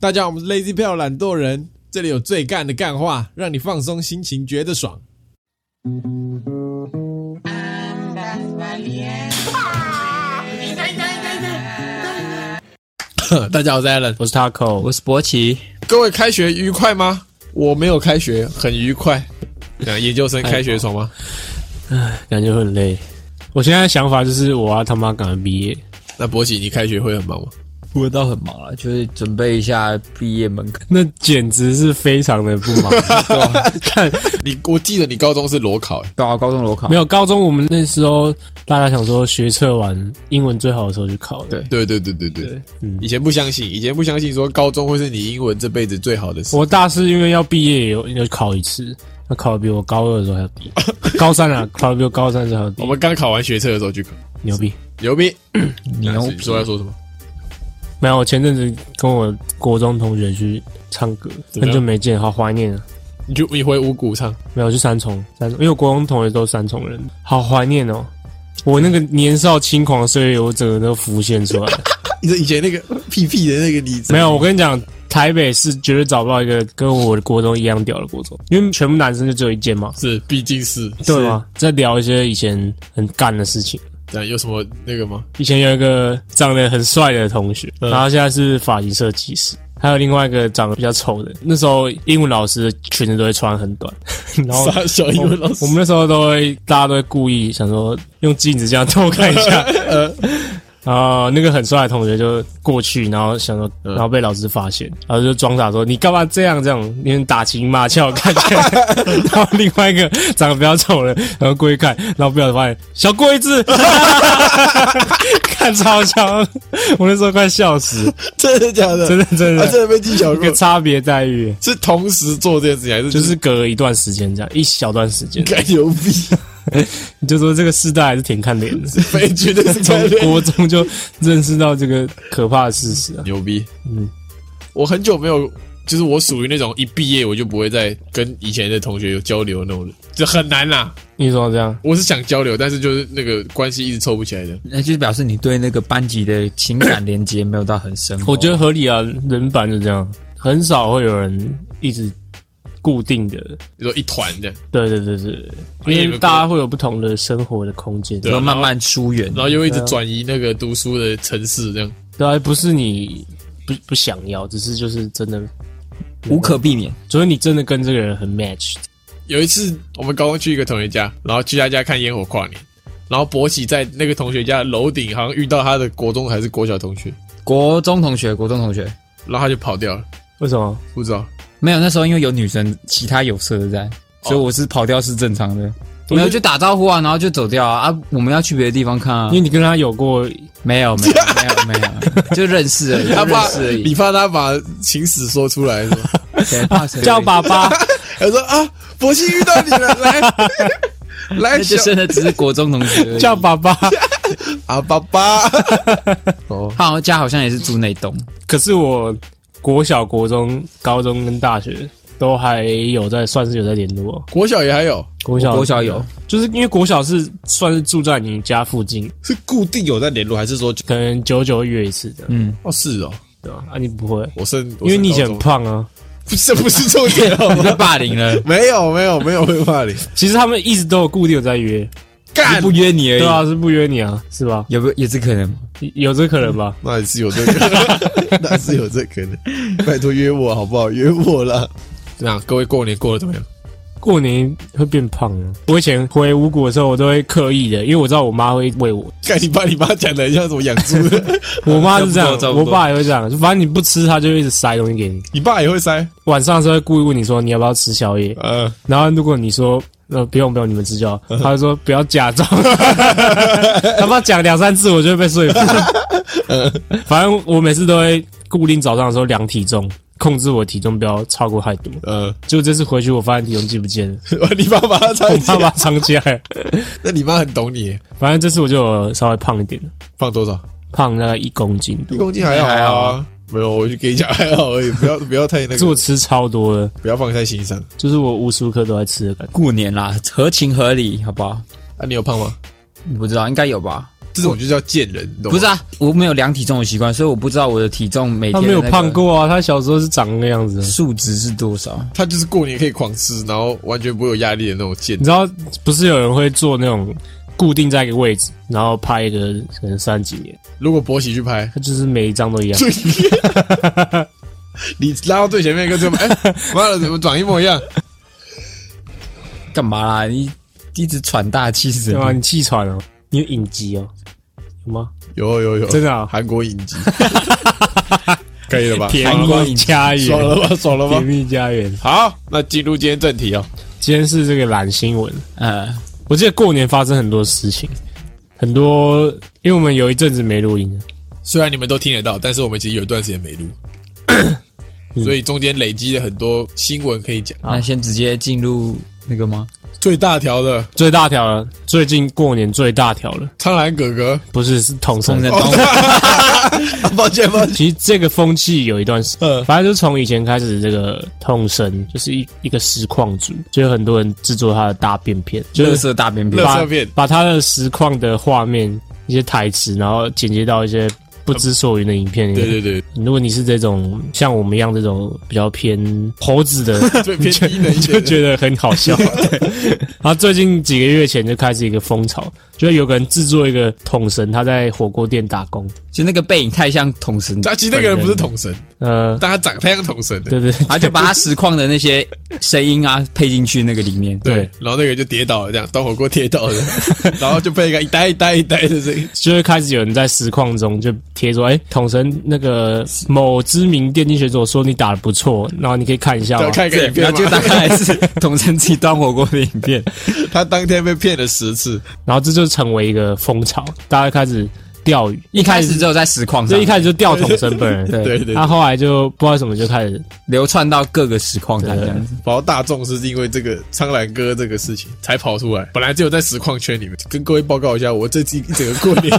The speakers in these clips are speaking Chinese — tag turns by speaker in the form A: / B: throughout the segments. A: 大家好，我们是 Lazy 票懒惰人，这里有最干的干话，让你放松心情，觉得爽。 大家好，我是 Alan。
B: 我是 Taco，我是博奇。
A: 各位开学愉快吗？我没有开学，很愉快。呃研究生开学爽吗？
B: 感觉很累。我现在的想法就是，我要他妈赶快毕业。
A: 那博喜，你开学会很忙吗？
C: 我倒很忙了，就是准备一下毕业门槛。
B: 那简直是非常的不 忙，对吧？看，
A: 你我记得你高中是裸考、欸，
C: 对啊，高中裸考
B: 没有高中我们那时候大家想说学测完英文最好的时候去考的。
C: 对
A: 对对对对对。
C: 对
B: 嗯
A: 以前不相信，以前不相信说高中会是你英文这辈子最好的事。
B: 我大四因为要毕业，有有考一次，那考的比我高二的时候还要低，高三 啊，考的比我高三的时候还要
A: 我
B: 低，
A: 们刚考完学测的时候去考，
B: 牛逼！
A: 牛逼！
C: 牛
A: 你说要说什么？
B: 没有，我前阵子跟我国中同学去唱歌，
A: 怎么样
B: 很久没见，好怀念啊。
A: 你就你回五谷唱，
B: 没有去三重，三重，因为我国中同学都是三重人，好怀念哦！我那个年少轻狂的岁月，我整个都浮现出来。
A: 你说以前那个屁屁的那个你
B: 没有，我跟你讲，台北是绝对找不到一个跟我的国中一样屌的国中，因为全部男生就只有一间嘛，
A: 是，毕竟是
B: 对？吗？在聊一些以前很干的事情。
A: 是这样有什么那个吗？
B: 以前有一个长得很帅的同学，
A: 嗯
B: 然后他现在是发型设计师。还有另外一个长得比较丑的，那时候英文老师的裙子都会穿很短，然后
A: 傻小英文老师
B: 我，们那时候都会，大家都会故意想说用镜子这样偷看一下。呃然后那个很帅的同学就过去，然后想说，
A: 嗯
B: 然后被老师发现，然后就装傻说：“你干嘛这样这样？你很打情骂俏，看起来。”然后另外一个长得比较丑的，然后过去看，然后不小心发现小龟子， 看超强，我那时候快笑死，
A: 真的假的？
B: 真的真
A: 他
B: 的，
A: 真的被记小
B: 一 个
A: 过，
B: 差别待遇，
A: 是同时做这件事情还是
B: 就是隔了一段时间这样，一小段时间，
A: 该牛 逼？
B: 你就说这个世代还是挺看脸的。
A: 非绝 对是
B: 从
A: 该牛逼
B: 国中就认识到这个可怕的事实啊！
A: 牛逼。
B: 嗯，
A: 我很久没有，就是我属于那种一毕业我就不会再跟以前的同学有交流的那种人，就很难啦。
B: 你说这样，
A: 我是想交流，但是就是那个关系一直凑不起来的。
C: 那就是表示你对那个班级的情感连接没有到很深厚。
B: 我觉得合理啊，人版就这样，很少会有人一直固定的。
A: 你说一团这样，
B: 对对对对，因为大家会有不同的生活的空间，
A: 对
B: 对
C: 然后慢慢疏远，
A: 然后又一直转移那个读书的城市这样。
B: 啊，不是你不不想要，只是就是真的，
C: 无可避免。
B: 除非你真的跟这个人很 match，
A: 有一次我们高中去一个同学家，然后去他家看烟火跨年，然后博喜在那个同学家的楼顶好像遇到他的国中还是国小同学，
C: 国中同学，国中同学
A: 然后他就跑掉了，
B: 为什么？
A: 不知道。
C: 没有，那时候因为有女生，其他有色的在，所以我是跑掉是正常的。
B: 哦我
C: 没有
B: 就
C: 就打招呼啊，然后就走掉啊。啊我们要去别的地方看啊
B: 因。为你跟他有过，
C: 没有，没有，没有，没 有，就认识而已，
A: 他
C: 就认
A: 怕
C: 识而已
A: 你。怕他把情史说出来是吗？
C: 对怕谁
B: 叫爸爸，
A: 他说啊，博喜遇到你了， 来来
C: 那就
A: 小
C: 真的只是国中同学而已。
B: 叫爸爸。
A: 啊爸爸。哦，
C: 他好像家好像也是住那栋，
B: 可是我国小、国中、高中跟大学都还有在，算是有在联络。
A: 国小也还有，
B: 国小
C: 我国小有，
B: 就是因为国小是算是住在你家附近，
A: 是固定有在联络，还是说就
B: 可能久久约一次的，
C: 嗯，
A: 哦是哦，
B: 对吧？啊，你不会，
A: 我升，我
B: 因为
A: 升
B: 你以前
A: 高
B: 很
A: 中
B: 胖啊。
A: 不 是不是重点好吗？
C: 被霸 凌了，
A: 没有没有没有会骂你，
B: 其实他们一直都有固定有在约，
C: 就
A: 干
C: 不约你而已。
B: 对啊，是不约你啊，是吧？
C: 有没有也是可能？
B: 有这可能吧？
A: 那也是有这个， 那也是有这可能。拜托约我好不好？约我啦！这样，各位过年过得怎么样？
B: 过年会变胖啊！我以前回五谷的时候，我都会刻意的，因为我知道我妈会喂我，
A: 看你把你妈讲的像什么养 猪的，
B: 我妈是这样
C: 差不多差，不
B: 我
C: 多
B: 爸也会这样，反正你不吃，她就会一直塞东西给你。
A: 你爸也会塞。
B: 晚上的时候会故意问你说你要不要吃宵夜，
A: 呃，
B: 然后如果你说呃不用不用，你们吃 就好，他就说不要假装， 他妈讲两三次我就会被说服。 反正我每次都会固定早上的时候量体重，控制我体重不要超过太多。
A: 呃，
B: 结果这次回去我发现体重计不 见了，
A: 你爸把他
B: 我
A: 拆
B: 怕
A: 解，
B: 把它藏起来。
A: 那你妈很懂你，
B: 反正这次我就有稍微胖一点了，
A: 放多少？
B: 胖大概一公斤
A: 一
B: 多。
A: 公斤还好
C: 还好
A: 啊。没有，我就给你讲还好而已，不要不要 太那
B: 可是
A: 个
B: 我，吃超多了，
A: 不要放在心上。
B: 就是我无时无刻都在吃的感觉。
C: 过年啦，合情合理，好不好？
A: 啊，你有胖吗？
C: 不知道，应该有吧？
A: 这种就叫贱人，你懂吗
C: 不是啊，我没有量体重的习惯，所以我不知道我的体重每
B: 他
C: 天、
B: 没有胖，过啊，他小时候是长那个样子的。
C: 数值是多少？
A: 他就是过年可以狂吃，然后完全不会有压力的那种贱
B: 你。知道，不是有人会做那种固定在一个位置，然后拍个可能三几年，
A: 如果博喜去拍，
B: 他就是每一张都一样。
A: 最你拉到最前面跟这么， 哎、妈的，怎么长一模一样？
C: 干嘛啦？你一直喘大气是什
B: 对吗？
C: 么？
B: 你气喘哦，你有隐疾哦，有吗？
A: 有有有，
B: 真的啊
A: 韩国影 集，可以了吧？
B: 甜
C: 韩国
B: 蜜
C: 隐疾
B: 家
A: 爽
B: 园，
A: 了吧？爽了
B: 甜
A: 吧？
B: 蜜家园。
A: 好，那进入今天正题哦。
B: 今天是这个懒新闻，
C: 呃，
B: 我记得过年发生很多事情，很多，因为我们有一阵子没录音了，
A: 虽然你们都听得到，但是我们其实有一段时间没录，所以中间累积了很多新闻可以讲。
C: 那先直接进入 那个吗？
A: 最大条的
B: 最大条了，最近过年最大条了，
A: 苍兰哥哥，
B: 不是是统
C: 冲
B: 神
C: 着。刀
A: 啊抱歉抱歉，
B: 其实这个风气有一段时
A: 嗯
B: 间，反正就是从以前开始，这个痛神就是一一个实况组，就有很多人制作他的大便片，就
C: 乐
B: 是
C: 色大便 便
A: 垃，
B: 把
A: 圾片
B: 把他的实况的画面、一些台词，然后剪接到一些不知所云的影片里面。
A: 对对对，
B: 如果你是这种像我们一样这种比较偏猴子的，
A: 最偏低能一
B: 你就
A: 点的。
B: 觉得很好 笑。对然后最近几个月前就开始一个风潮，就是有个人制作一个桶神，他在火锅店打工，
C: 就那个背影太像 桶神，
A: 他啊其实那个人不是统神，
B: 呃，
A: 但他长得太像统神的。
B: 对对
C: 他就把他实况的那些声音啊配进去那个里面。
A: 对
B: 对，
A: 然后那个人就跌倒了，这样当火锅跌倒 了，然后就被一个一呆一呆一呆的声音。
B: 就会开始有人在实况中就贴说，哎、统神那个某知名电竞选手说你打的不错，然后你可以看一下哦
A: 对，
B: 吗？
A: 看一个
C: 哦对
A: 影，片
C: 然
A: 嘛
C: 后就打开来是统神自己端火锅的影片，
A: 他当天被骗了十次，
B: 然后这就成为一个风潮，大家开始钓鱼，
C: 一开始只有在实况
B: 就
C: 上，
B: 一开始就钓统神本 人，
C: 对
A: 对对，
B: 他、后来就不知道为什么就开始
C: 流窜到各个实况台这样子。
A: 然后大众是因为这个苍兰哥这个事情才跑出来，本来只有在实况圈里面。跟各位报告一下，我这季一整个过 年，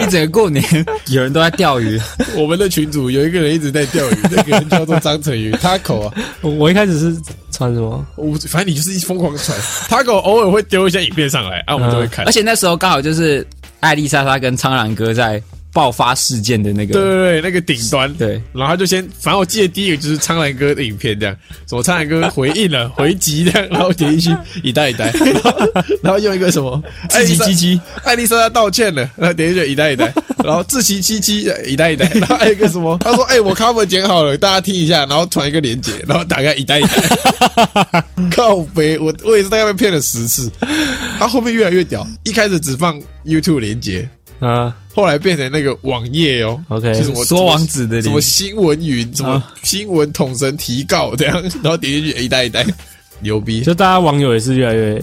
C: 一整个过年，有人都在钓鱼，
A: 我们的群主有一个人一直在钓鱼，那个人叫做张成宇，他口啊，
B: 我我一开始是穿什么？
A: 我反正你就是疯狂传，他口偶尔会丢一些影片上来，啊，我们就会看
C: 嗯而。且那时候刚好就是艾丽莎莎跟苍兰哥在爆发事件的
A: 对
C: 那个，
A: 对对，那个顶端，
C: 对，
A: 然后他就先，反正我记得第一个就是苍兰哥的影片这样，什么苍兰哥回应了回击这样，然后点进去 一代一代，然后然后用一个什 么
C: 自己鸡
A: 鸡，
C: 鸡，
A: 艾丽莎她道歉了，然后点进去一代一 代，然后自欺欺欺一代一代，然后还有一个什么，他说哎、我 cover 剪好了，大 家听一下，然后传一个链接，然后打开一代一代， 靠背，我我也是大概被骗了十次，他后面越来越屌，一开始只放 YouTube 连接，
B: 啊
A: 后来变成那个网页哦。
B: ，OK，
A: 就是我
C: 说网址的
A: 什
C: 脸
A: 么，新闻云，什么新闻统神提告这样， 然后点进去一代一代，牛逼！
B: 就大家网友也是越来越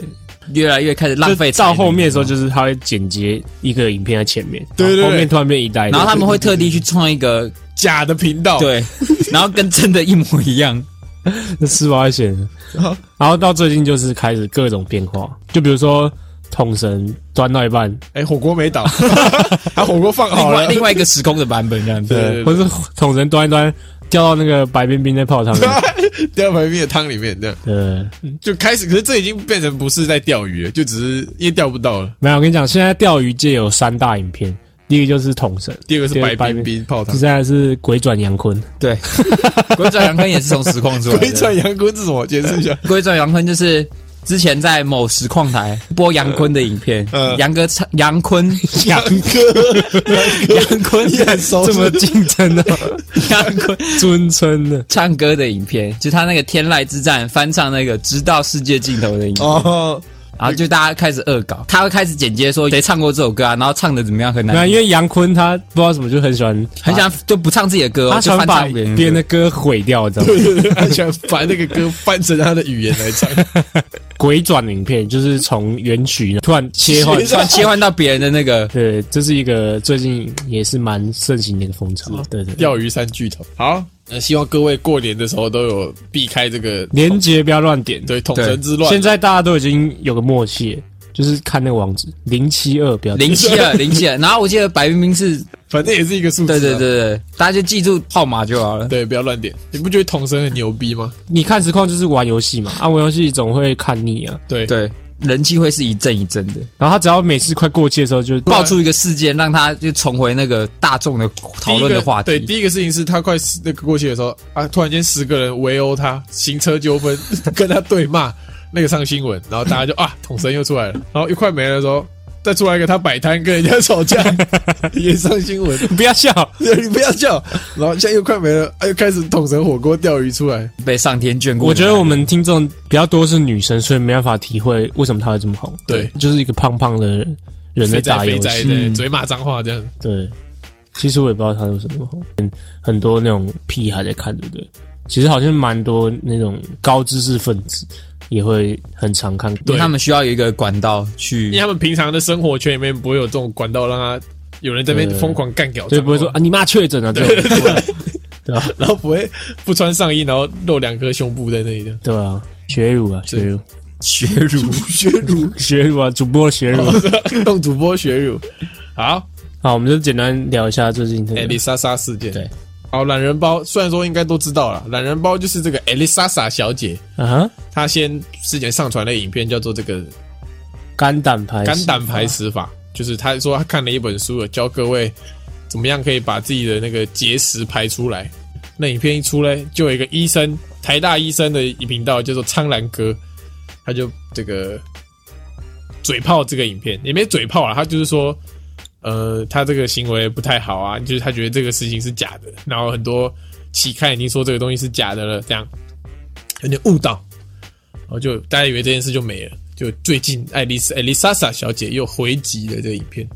C: 越来越开始浪费
B: 就到
C: 财力
B: 后面的时候，就是他会剪接一个影片在前面，
A: 对对对
B: 然后后面突然变一代一代，
C: 然后他们会特地去创一个
A: 假的频道，，
C: 对，然后跟真的一模一样，
B: 那吃饱一些。
A: 好
B: 然后到最近就是开始各种变化，就比如说桶神端到一半，
A: 哎，火锅没倒，把火锅放
C: 另
A: 好
C: 外
A: 了，
C: 另外一个时空的版本这样子。
A: 对对对
B: 或是桶神端一端掉到那个白冰冰在泡 汤里，
A: 掉排面的汤里面，这样
B: 对，
A: 就开始。可是这已经变成不是在钓鱼了，就只是因为钓不到了。
B: 没有，我跟你讲，现在钓鱼界有三大影片，第一个就是桶神，
A: 第二个是
B: 第二
A: 白
B: 个白
A: 冰冰泡
B: 第
A: 汤，
B: 三个是鬼转杨坤，
C: 对， 鬼转杨坤也是从实况出来
A: 鬼
C: 的。
A: 转阳光是什么？解释一 下。
C: 鬼转杨坤就是之前在某实况台播杨坤的影片
B: 呃
A: 嗯，
C: 杨哥唱 杨坤，
A: 杨哥，
C: 杨坤
A: 你很熟
B: 这么哦竞争的、
C: 杨坤
B: 尊 称的，
C: 唱歌的影片，就他那个天籁之战翻唱那个直到世界尽头的影片，
A: 哦，
C: 然后就大家开始恶搞，他会开始剪接说谁唱过这首歌啊，然后唱的怎么样很难
B: 那因为杨坤他不知道什么就很喜欢，
C: 很想就不唱自己的歌、哦，
B: 他喜
C: 就
B: 欢
C: 翻
B: 把
C: 唱别人
B: 别人的歌毁掉，你知道 吗？
A: 对对对，他喜欢把那个歌翻成他的语言来唱，
B: 鬼转影片就是从原曲突然切换。
A: 切，
C: 突然切换到别人的那个
B: 对，这是一个最近也是蛮盛行的一个风潮，对对。
A: 钓鱼三巨头。好，那希望各位过年的时候都有避开这个
B: 连接不要乱点，
A: 对统
C: 对
A: 神之乱。
B: 现在大家都已经有个默契了，就是看那个网址零七二，不要点
C: 零七二，零七二，然后我记得白冰冰是，
A: 反正也是一个数字、啊。
C: 对对对对，大家就记住号码就好了。
A: 对，不要乱点。你不觉得统神很牛逼吗？
B: 你看实况就是玩游戏嘛，啊，玩游戏总会看腻啊，
A: 对，
C: 对，人气会是一阵一阵的，
B: 然后他只要每次快过期的时候 就
C: 爆出一个事件，让他就重回那个大众的讨论的话
A: 对，
C: 题。
A: 第一个事情是他快死那个过去的时候啊，突然间十个人围殴他，行车纠纷， 跟他对骂，那个上新闻，然后大家就啊，统神又出来了，然后又快没了的时候，再出来一个他摆摊跟人家吵 架，也上新闻。
B: 不 要笑，
A: 你不要叫，然后现在又快没了，啊，又开始统神火锅钓鱼出来，
C: 被上天眷顾。
B: 我觉得我们听众比较多是女生，所以没办法体会为什么她会这么红。
A: 对，
B: 就是一个胖胖的人人在
A: 肥
B: 打
A: 宅
B: 游
A: 肥宅
B: 戏。嗯
A: 的嘴骂脏话这样。
B: 对，其实我也不知道她为什么红，很很多那种屁孩在看，对不对？其实好像蛮多那种高知识分子也会很常看。
C: 因为
A: 对
C: 他们需要有一个管道去
A: 因为他们平常的生活圈里面不会有这种管道让他有人在那边
B: 对
A: 疯狂干掉，
B: 所以不会说啊，你妈确诊了，对对啊，
A: 然后不会不穿上衣，然后露两颗胸部在那里的。
B: 对啊，学乳啊，学乳，
C: 学儒。
A: 学乳，
B: 学乳啊，主播学 乳。
A: 动主播学乳。好，
B: 好，我们就简单聊一下最近这
A: 艾丽
B: 个。
A: 莎莎事件。
C: 对，
A: 好，懒人包虽然说应该都知道了，懒人包就是这个艾丽莎莎小姐，
B: 啊哈，
A: 她先之前上传了影片，叫做这个
B: 肝胆排
A: 肝胆排
B: 石
A: 石法，就是她说她看了一本书，教各位怎么样可以把自己的那个结石排出来。那影片一出来，就有一个医生，台大医生的一频道叫做苍兰哥，他就这个嘴炮这个影片，也没嘴炮啊，他就是说，呃，他这个行为不太好啊，就是他觉得这个事情是假的，然后很多期刊已经说这个东西是假的了，这样 有点误导，然后就大家以为这件事就没了。就最近艾丽丝艾丽莎莎小姐又回击了这个影片，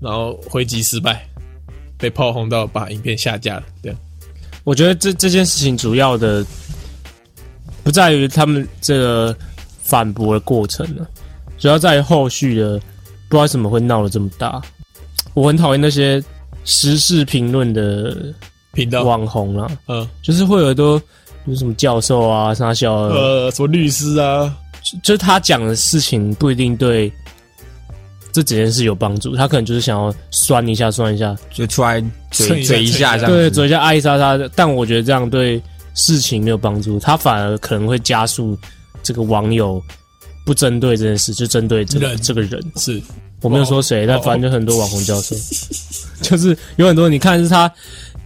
A: 然后回击失败，被炮轰到把影片下架了，这样。
B: 我觉得这这件事情主要的不在于他们这个反驳的过程呢、主要在于后续的不知道为什么会闹得这么大。我很讨厌那些时事评论的
A: 频道，
B: 网红啦、
A: 嗯，
B: 就是会有很多有什么教授啊、啥小的，
A: 呃，什么律师啊，
B: 就就是他讲的事情不一定对这整件事有帮助，他可能就是想要酸一下、酸一下，
C: 就出来
A: 蹭
C: 嘴
A: 一下
C: 嘴一下这样
B: 对，
C: 子，
B: 嘴一下艾莎莎的，但我觉得这样对事情没有帮助，他反而可能会加速这个网友不针对这件事，就针对这个
A: 人
B: 这个人。
A: 是
B: 我没有说谁，但
A: 哦
B: 反正就很多网红教授， 就是有很多你看是他，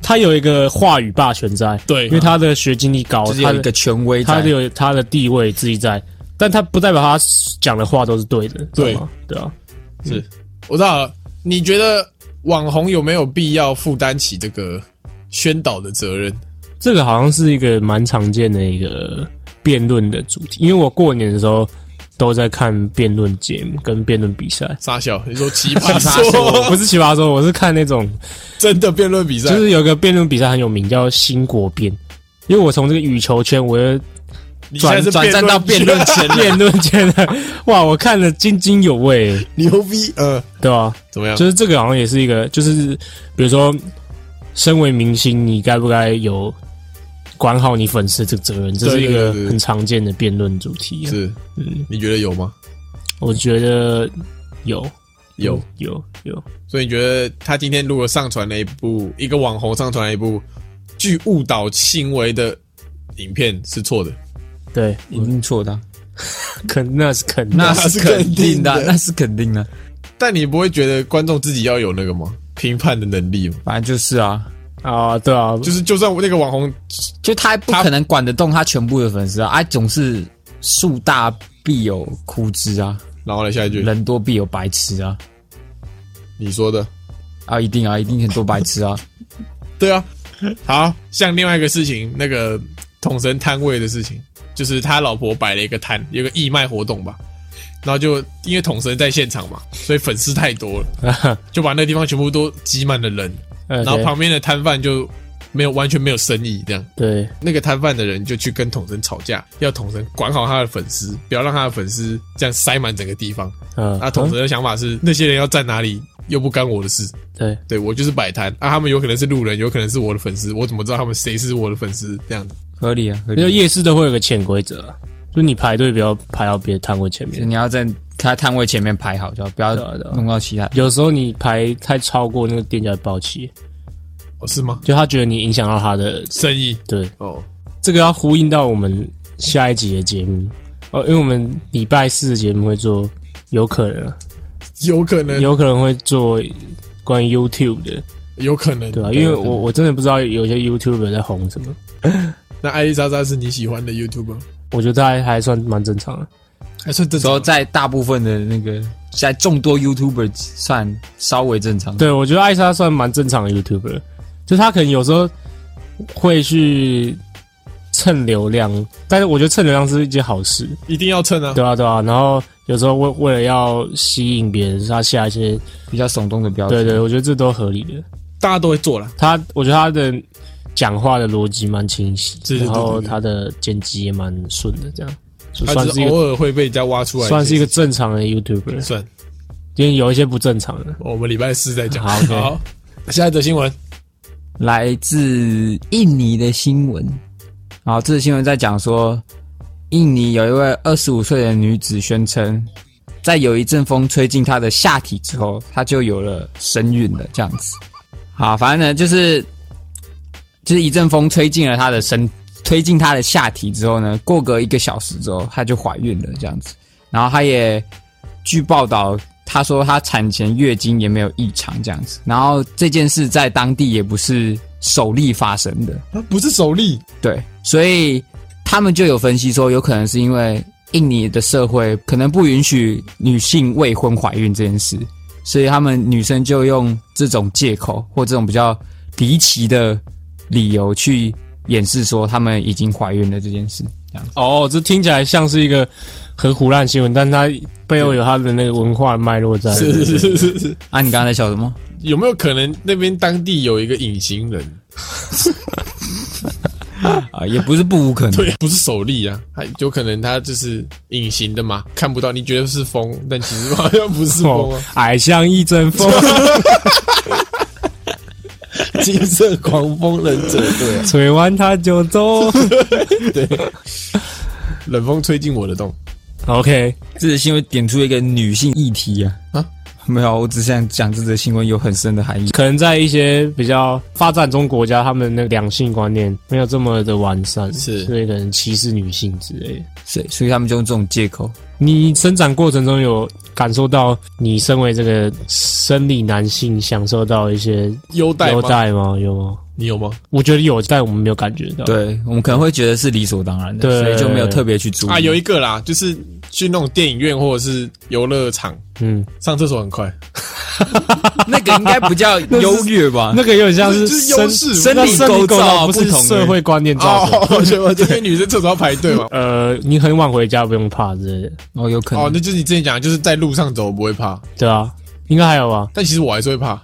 B: 他有一个话语霸权在，
A: 对
B: 因为他的学经历高，
C: 啊就是
B: 他
C: 有一
B: 的
C: 个权威
B: 他
C: 在
B: 就。有他的地位自己在，但他不代表他讲的话都是对的，
A: 对
B: 知道吗对啊，
A: 是，我知道了。你觉得网红有没有必要负担起这个宣导的责任？，
B: 这个好像是一个蛮常见的一个辩论的主题，因为我过年的时候都在看辩论节目跟辩论比赛
A: 傻小，你说奇葩
C: 奇葩
A: 说
B: 不是奇葩说，我是看那种
A: 真的辩论比赛，
B: 就是有个辩论比赛很有名叫新国辩，因为我从这个羽球圈，我又
A: 你现在是
C: 转转战到辩论
A: 圈
B: 辩论圈了，哇，我看得津津有味，
A: 牛逼， 嗯，
B: 对吧、
A: 怎么样？
B: 就是这个好像也是一个，就是比如说，身为明星，你该不该有管好你粉丝这个责任？这是一
A: 对对
B: 个
A: 对对
B: 很常见的辩论主题、啊。
A: 是，
B: 嗯，
A: 你觉得有吗？
B: 我觉得有
A: 有。
B: 有有，
A: 所以你觉得他今天如果上传了一部一个网红上传了一部具误导行为的影片是错的？
B: 对，
C: 一定错的啊，
B: 肯那是肯
C: 那
A: 是
C: 是
A: 肯
C: 肯定的啊
A: 定，的
C: 那是肯定的。
A: 但你不会觉得观众自己要有那个吗？评判的能力吗？
C: 反正就是啊，
B: 啊，对 啊，
A: 就是就算我那个网红
C: 就他不可能管得动他全部的粉丝啊，啊，总是树大必有枯枝啊，
A: 然后来下一句，
C: 人多必有白痴啊，
A: 你说的，
C: 啊，一定啊，一定很多白痴啊，
A: 对啊。好像另外一个事情，那个统神摊位的事情，就是他老婆摆了一个摊，有个义卖活动吧，然后就因为统神在现场嘛，所以粉丝太多了，就把那地方全部都挤满了人，
B: 然
A: 然后旁边的摊贩就没有完全没有生意这样。
B: 对
A: 那个摊贩的人就去跟统神吵架，要统神管好他的粉丝，不要让他的粉丝这样塞满整个地方。
B: 嗯
A: 啊，统神的想法是那些人要站哪里又不干我的事，
B: 对
A: 对我就是摆摊啊，他们有可能是路人，有可能是我的粉丝，我怎么知道他们谁是我的粉丝？这样子，
C: 合理啊，合
B: 就
C: 理啊。
B: 夜市都会有个潜规则啊，就你排队不要排到别的摊位前
C: 就
B: 面。
C: 你要在他摊位前面排好，就好不要
B: 对啊对啊
C: 弄到其他。
B: 有时候你排太超过那个店家的爆气，
A: 哦，是吗？
B: 就他觉得你影响到他的
A: 生意
B: 对，
A: 哦，
B: 这个要呼应到我们下一集的节目，哦，因为我们礼拜四的节目会做，有可能啊，
A: 有可能，有
B: 有可能会做关于 YouTube 的，
A: 可能，
B: 对吧、啊因为我我真的不知道有些 YouTuber 在红什么，
A: 那艾丽莎莎是你喜欢的 YouTube，
B: 我觉得还还算蛮正常的。
A: 还算正
B: 啊
C: 说
A: 常。
C: 在大部分的那个，在众多 YouTuber 算稍微正常。
B: 对，我觉得艾莎算蛮正常的 YouTuber，就她可能有时候会去蹭流量，但是我觉得蹭流量是一件好事，
A: 一定要蹭啊！
B: 对啊对啊。然后有时候为为了要吸引别人，她下一些，
C: 比较耸动的标
B: 对
C: 准。
B: 对，我觉得这都合理的。
A: 大家都会做了，
B: 她，我觉得她的讲话的逻辑蛮清晰，
A: 对对对
B: 然后
A: 对对
B: 她的剪辑也蛮顺的，这样就
A: 他
B: 算
A: 只
B: 是
A: 是
B: 一
A: 偶
B: 个
A: 尔会被人家挖出来，
B: 算是一个正常的 YouTuber，
A: 算。
B: 因为有一些不正常的。
A: 哦我们礼拜四再讲。
B: 好，OK
A: 好，下一则新闻，
C: 来自印尼的新闻，然后这个新闻在讲说，印尼有一位二十五岁的女子宣称，在有一阵风吹进她的下体之后，她就有了身孕了，这样子。好，反正呢，就是就是一阵风吹进了她的身，推进她的下体之后呢，过个一个小时之后，她就怀孕了，这样子。然后她也据报道，她说她产前月经也没有异常这样子。然后这件事在当地也不是首例发生的，
A: 啊不是首例，
C: 对，所以他们就有分析说，有可能是因为印尼的社会可能不允许女性未婚怀孕这件事，所以他们女生就用这种借口或这种比较离奇的理由去掩饰说他们已经怀孕了这件事。这样子，
B: 哦，这听起来像是一个很胡乱的新闻，但它背后有它的那个文化脉络在。
A: 是是是是是，
C: 啊，你刚刚在笑什么？
A: 有没有可能那边当地有一个隐形人？
C: 啊，也不是不无可能。
A: 对，不是首例啊，他有可能他就是隐形的嘛，看不到。你觉得是风，但其实好像不是风
B: 哦
A: 啊，，
B: 矮像一阵风，
A: 哦金色狂风忍者，对、啊，
B: 吹完它就走。
A: 冷风吹进我的洞。
B: OK，
C: 这则新闻点出一个女性议题啊
A: 啊，
C: 没有，我只想讲这则新闻有很深的含义。
B: 可能在一些比较发展中国家，他们那个两性观念没有这么的完善，
A: 是
B: 所以可能歧视女性之类的。
C: 所以，所以他们就用这种借口。
A: 哦
B: 你生长过程中有感受到你身为这个生理男性享受到一些
A: 优待
B: 优
A: 吗？
B: 待吗？有吗？
A: 你有吗？
B: 我觉得有，但我们没有感觉到。
C: 对我们可能会觉得是理所当然的，
B: 对
C: 所以就没有特别去注意
A: 啊，有一个啦，就是去那种电影院或者是游乐场
B: 嗯，
A: 上厕所很快，
C: 那个应该 不叫优越吧？
B: 那个有点像是
A: 这是优势
B: 生生
C: 那
B: 理
C: 生理
B: 构
C: 构造
B: 不是
C: 不同
B: 社会观念造成。。
A: 哦，我觉得这 边女生厕所要排队嘛
B: 呃，你很晚回家不用怕之类的，
C: 哦，有可能。
A: 哦，那就是你之前讲的，就是在路上走不会怕，
B: 对啊，应该还有吧？
A: 但其实我还是会怕。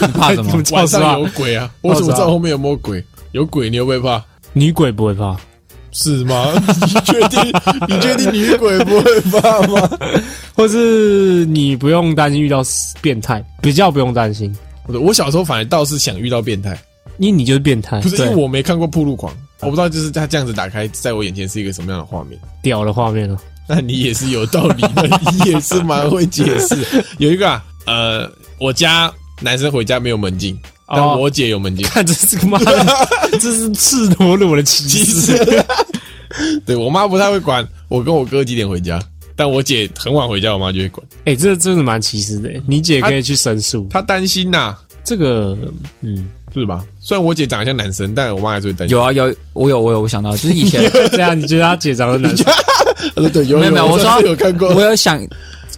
C: 你
A: 啊
C: 怕什
B: 你们？
C: 么
A: 晚
B: 知道
A: 上有鬼啊！我
B: 我
A: 怎么知
B: 怎么知
A: 道
B: 道
A: 后面有没有鬼？有鬼你又会怕？
B: 女鬼不会怕，
A: 是 吗？你确定？你确定女鬼不会怕吗？
B: 或是你不用担心遇到变态，比较不用担心，
A: 我我小时候反而倒是想遇到变态，啊
B: 因为你就是变态
A: 不，是因
C: 对
A: 为我没看过《铺路狂》，我不知道就是他这样子打开，在我眼前是一个什么样的画面。
B: 屌的画面哦了。
A: 那 你也是有道理的， 你也是蛮会解释。 有一个啊，呃，我家男生回家没有门禁，但
B: 哦
A: 我姐有门禁。
B: 看这是个妈的，啊这是赤裸裸的歧
A: 其
B: 视。
A: 实，对我妈不太会管我跟我哥几点回家，但我姐很晚回家，我妈就会管。
B: 哎、这真的蛮歧视的。你姐可以去申诉，
A: 她担心呐、
B: 这个嗯，
A: 是吧？虽然我姐长得像男生，但我妈还是会担心。
C: 有啊，有，我有，我有，我想到，就是以 前
A: 啊
B: 这样你觉得她姐长得男生？
A: 有，呃对，有
C: 没有没有，我
A: 上
C: 说
A: 次有看过
C: 我，有想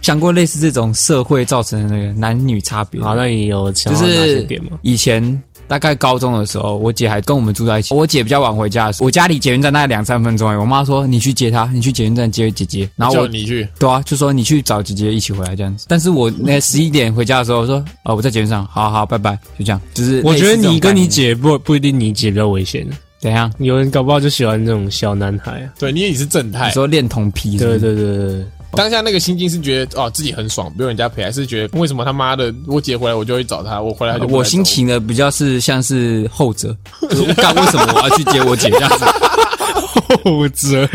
C: 想过类似这种社会造成的那个男女差别。
B: 好，那你有想
C: 就
B: 到哪些
C: 是
B: 点吗？
C: 以前大概高中的时候，我姐还跟我们住在一起。我姐比较晚回家的时候，我家离捷运站大概两三分钟而已。我妈说：“你去接她，你去捷运站接姐姐。”然后
A: 叫
C: 我
A: 你去，
C: 对啊，就说你去找姐姐一起回来这样子。但是我那十一点回家的时候，我说哦，我在捷运上，好好，拜拜，就这样。就是
B: 我觉得
C: 类似这种
B: 你跟
C: 概念
B: 你姐不不一定，你姐比较危险。
C: 怎样？
B: 有人搞不好就喜欢这种小男孩啊。
A: 对你也是正
C: 你
A: 太。
C: 说恋童癖是不
B: 对
C: 是？
B: 对对对对，
A: 当下那个心境是觉得哦自己很爽，不用人家陪，还是觉得为什么他妈的我姐回来我就会找她，我回来她就不来
C: 啊我
A: 找
C: 心情呢比较是像是后者，就是我干为什么我要去接我姐这样子？
B: 后者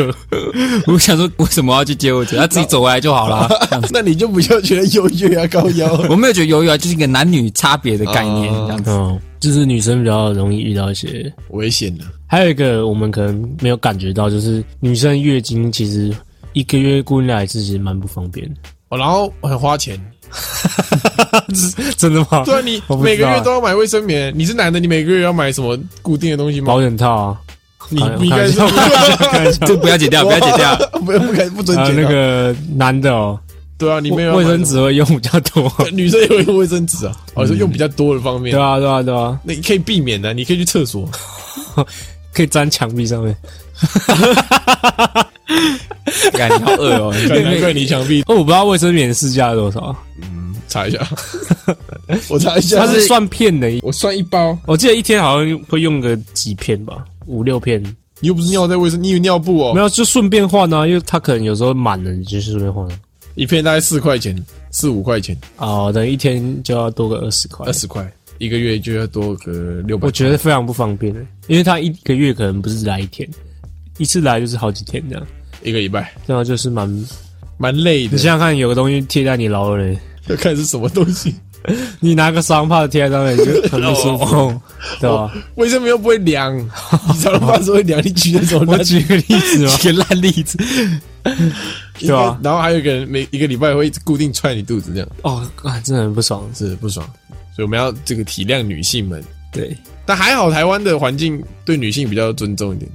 C: 我想说为什么我要去接我姐？她自己走回来就好了。这样 子
A: 那你就不要觉得优越啊高腰。
C: 我没有觉得犹豫啊，就是一个男女差别的概念
A: 哦
C: 这样子。
B: 嗯，就是女生比较容易遇到一些。
A: 危险的、啊
B: 还有一个我们可能没有感觉到，就是女生月经其实一个月固定来一次，其实蛮不方便的。
A: 哦然后很花钱。
B: 真的吗？
A: 对啊， 你
B: 我不
A: 每
B: 知
A: 个
B: 道
A: 月都要买卫生棉，你是男的，你每个月要买什么固定的东西吗？
B: 保险套啊，
A: 你
B: 哎
A: 不应
B: 我开
A: 该
B: 玩
A: 是，
B: 笑开玩笑
C: 这不要剪掉，不要剪掉。
A: 不要不敢不准
B: 啊，
A: 剪
B: 那
A: 啊。
B: 个男的哦，
A: 对啊，你没有
B: 卫生，纸会用比较多。
A: 女生也会用卫生纸啊。哦，说用比较多的方面
B: 嗯对，啊，对啊，对啊，
A: 那你可以避免的，你可以去厕所。
B: 可以粘墙壁上面。
C: 感觉好饿哦。
A: 难 怪你墙壁
B: 哦，我不知道卫生棉市价是多少，啊
A: 查 一下，我查一下，
B: 它是算片的，
A: 我算一包，
B: 我记得一天好像会用个几片吧，五六片。
A: 你又不是尿在卫生，你有尿布
B: 没
A: 哦，
B: 有，就顺便换啊，因为它可能有时候满了，你就顺便换啊。
A: 一片大概四块钱，四五块钱，
B: 哦，等于一天就要多个二十块
A: 二。十块，一个月就要多个六百。
B: 我觉得非常不方便，因为它一个月可能不是来一天，一次来就是好几天这样，
A: 一个礼拜
B: 这样就是蛮……
A: 蛮累的
B: 你，想想看，有个东西贴在你老二嘞，
A: 要看是什么东西。
B: 你拿个伤疤贴在上面你就很不舒 服，对吧？
A: 卫生棉又不会 凉，你找到爸说会凉，你举那种
B: 我
A: 烂，
B: 举个例子嘛，
C: 个烂例子，
A: 对
B: 对啊
A: 然后还有一个人每一个礼拜会一直固定踹你肚子，这样
B: 哦，啊，真的很不爽。
A: 是不爽。所以我们要这个体谅女性们，
B: 对，
A: 但还好台湾的环境对女性比较尊重一点，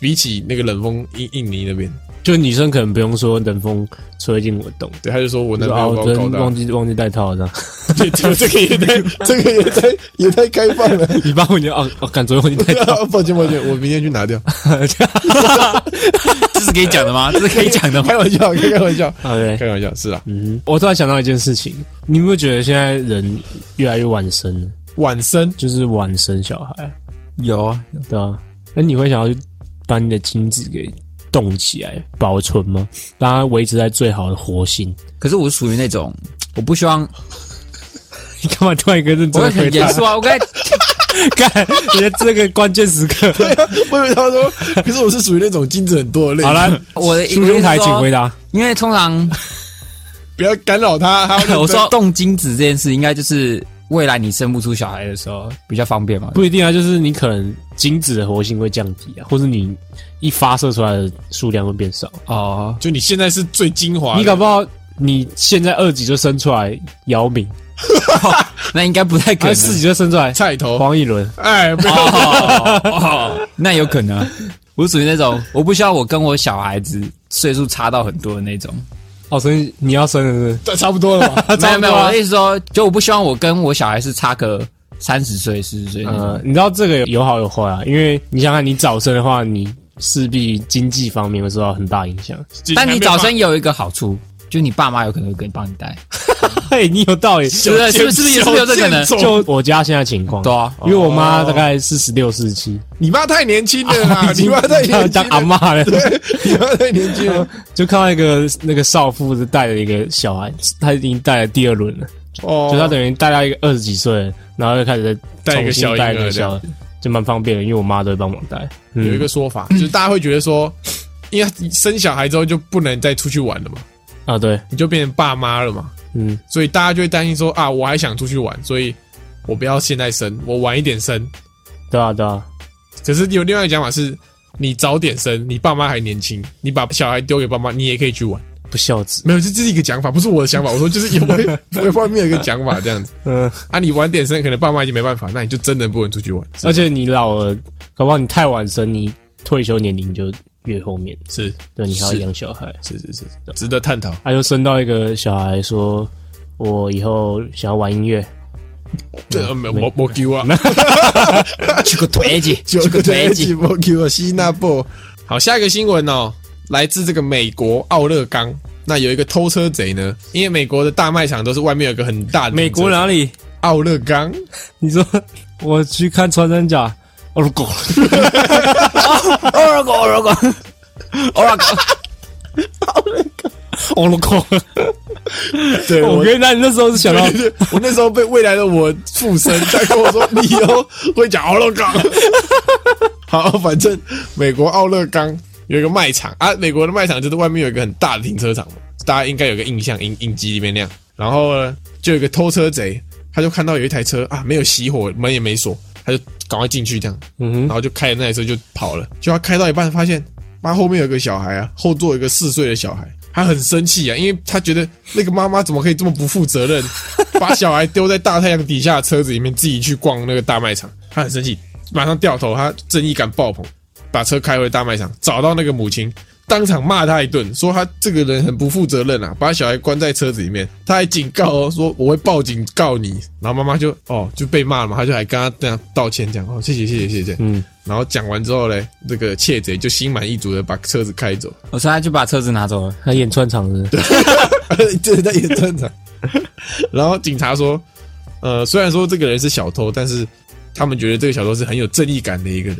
A: 比起那个冷风印印尼那边，
B: 就女生可能不用说冷风吹进我洞，
A: 对，他就说我男
B: 就
A: 朋
B: 啊，
A: 友
B: 我
A: 把
B: 昨
A: 我搞
B: 天
A: 大
B: 忘，记忘记带套了，这 样
A: 对，这个也太这个也太也太开放了。
B: 你帮我你哦哦，赶昨天忘记 带套，
A: 抱歉抱歉，我明天去拿 掉。
C: 这是可以讲的吗？这是可以 讲的吗？
A: 开玩笑，开开玩笑，
B: 啊对。
A: 开玩笑，是啊。
B: 嗯，我突然想到一件事情，你有没有觉得现在人越来越晚生了？
A: 晚生
B: 就是晚生小孩，
C: 有啊，
B: 对啊，那你会想要去把你的精子给冻起来保存吗？让它维持在最好的活性？
C: 可是我属于那种，我不希望，
B: 你干嘛突然一个认
C: 我
B: 真的
C: 会很
B: 回
C: 严
B: 答？
C: 肃啊，我该
B: 干，你在这个关键时刻，
A: 我以为他说，可是我是属于那种精子很多的类型。
B: 好了，
C: 我的意思
B: 苏
C: 是
B: 中台，请回
C: 说，
B: 答。
C: 因为 通常
A: 不要干扰他。他
C: 我说动精子这件事，应该就是未来你生不出小孩的时候比较方便嘛。
B: 不一定啊，就是你可能精子的活性会降低啊，或者你一发射出来的数量会变少。
C: 哦，
A: 就你现在是最精华的，
B: 你搞不好你现在二级就生出来姚明，
C: 那应该不太可
B: 还
C: 能。
B: 四级就生出来
A: 菜 头？
B: 黄一伦，
A: 哎，不要
C: 哦哦， 那有可能啊。我属于那种，我不需要我跟我小孩子岁数差到很多的那种。
B: 哦，所以你要生的是
A: 差不多了吧？
B: 差不多啊
C: 没有没有，我的意思说，就我不希望我跟我小孩是差个三十岁、四十岁那种。
A: 嗯
B: 呃，你知道这个有好有坏啊，因为你想想，你早生的话，你势必经济方面会受到很大影 响。
C: 但你早生也有一个好处，就你爸妈有可能会跟帮你带，
B: 嘿，你有道理。
C: 对不对？是不是是不是有这可能？
A: 哦
B: 就我家现在情况，
C: 对啊，
B: 因为我妈大概是十六、十七，
A: 你妈太年轻了啦，啊 你妈太
B: 她
A: 年
B: 当
A: 轻
B: 阿
A: 了，
B: 妈了。
A: 你妈太年轻了。
B: 就看到一个那个少妇是带了一个小孩，她已经带了第二轮了，
A: 哦，
B: 就她等于带到一个二十几岁，然后又开始再
A: 带一个
B: 重新
A: 小婴
B: 带
A: 儿
B: 一个
A: 这
B: 小
A: 样
B: 孩，就蛮方便的，因为我妈都会帮忙带。嗯
A: 有一个说法，就是大家会觉得说，因为生小孩之后就不能再出去玩了嘛，
B: 啊，对，
A: 你就变成爸妈了嘛，
B: 嗯，
A: 所以大家就会担心说啊，我还想出去玩，所以我不要现在生，我晚一点生。
B: 对啊，对啊，
A: 可是有另外一个讲法是，你早点生，你爸妈还年轻，你把小孩丢给爸妈，你也可以去玩。
B: 不孝子。
A: 没有，这这是一个讲法，不是我的想法。我说就是有外有外面有一个讲法这样子
B: 嗯，
A: 啊，你晚点生，可能爸妈已经没办法，那你就真的不能出去玩。
B: 而且你老了，搞不好你太晚生，你退休年龄就越后面，
A: 是
B: 对，你还要
A: 是
B: 养小孩，
A: 是是是，值得探讨。
B: 他就生到一个小孩说。我以后想要玩音乐，
A: 这没没没丢啊，
B: 啊
C: 去个腿子，去个腿子。
A: 没丢啊，西纳布。好，下一个新闻哦，来自这个美国奥勒冈。那有一个偷车贼呢，因为美国的大卖场都是外面有个很大的
B: 美国哪里？
A: 奥勒冈，
B: 你说 我去看穿山甲，我说 狗，
C: 哦，如果哦如果 哦如果
B: 我说狗，
A: 对
B: 哦我
A: 我
B: 原来你那时候是想到
A: 对对对我那时候被未来的我附身，他跟我说你以后会讲奥勒 冈。好，反正美国奥勒冈有一个卖场啊，美国的卖场就是外面有一个很大的停车场嘛，大家应该有个印象，影影集里面那样。然后呢，就有一个偷车贼，他就看到有一台车啊，没有熄火，门也没锁，他就赶快进去这样，
B: 嗯
A: 然后就开着那台车就跑了。就他开到一半，发现妈后面有个小孩啊，后座有个四岁的小孩，他很生气啊，因为他觉得那个妈妈怎么可以这么不负责任，把小孩丢在大太阳底下的车子里面，自己去逛那个大卖场，他很生气，马上掉头，他正义感爆棚，把车开回大卖场，找到那个母亲。当场骂他一顿，说他这个人很不负责任啊，把小孩关在车子里面，他还警告哦，说我会报警告你。然后妈妈就哦就被骂了嘛，他就还跟他这样道歉，讲哦谢谢谢谢谢谢。
B: 嗯，
A: 然后讲完之后嘞，这个窃贼就心满意足的把车子开走，
C: 我说他就把车子拿走了，
B: 他演串场的，
A: 这那也正常。然后警察说，呃，虽然说这个人是小偷，但是他们觉得这个小偷是很有正义感的一个人，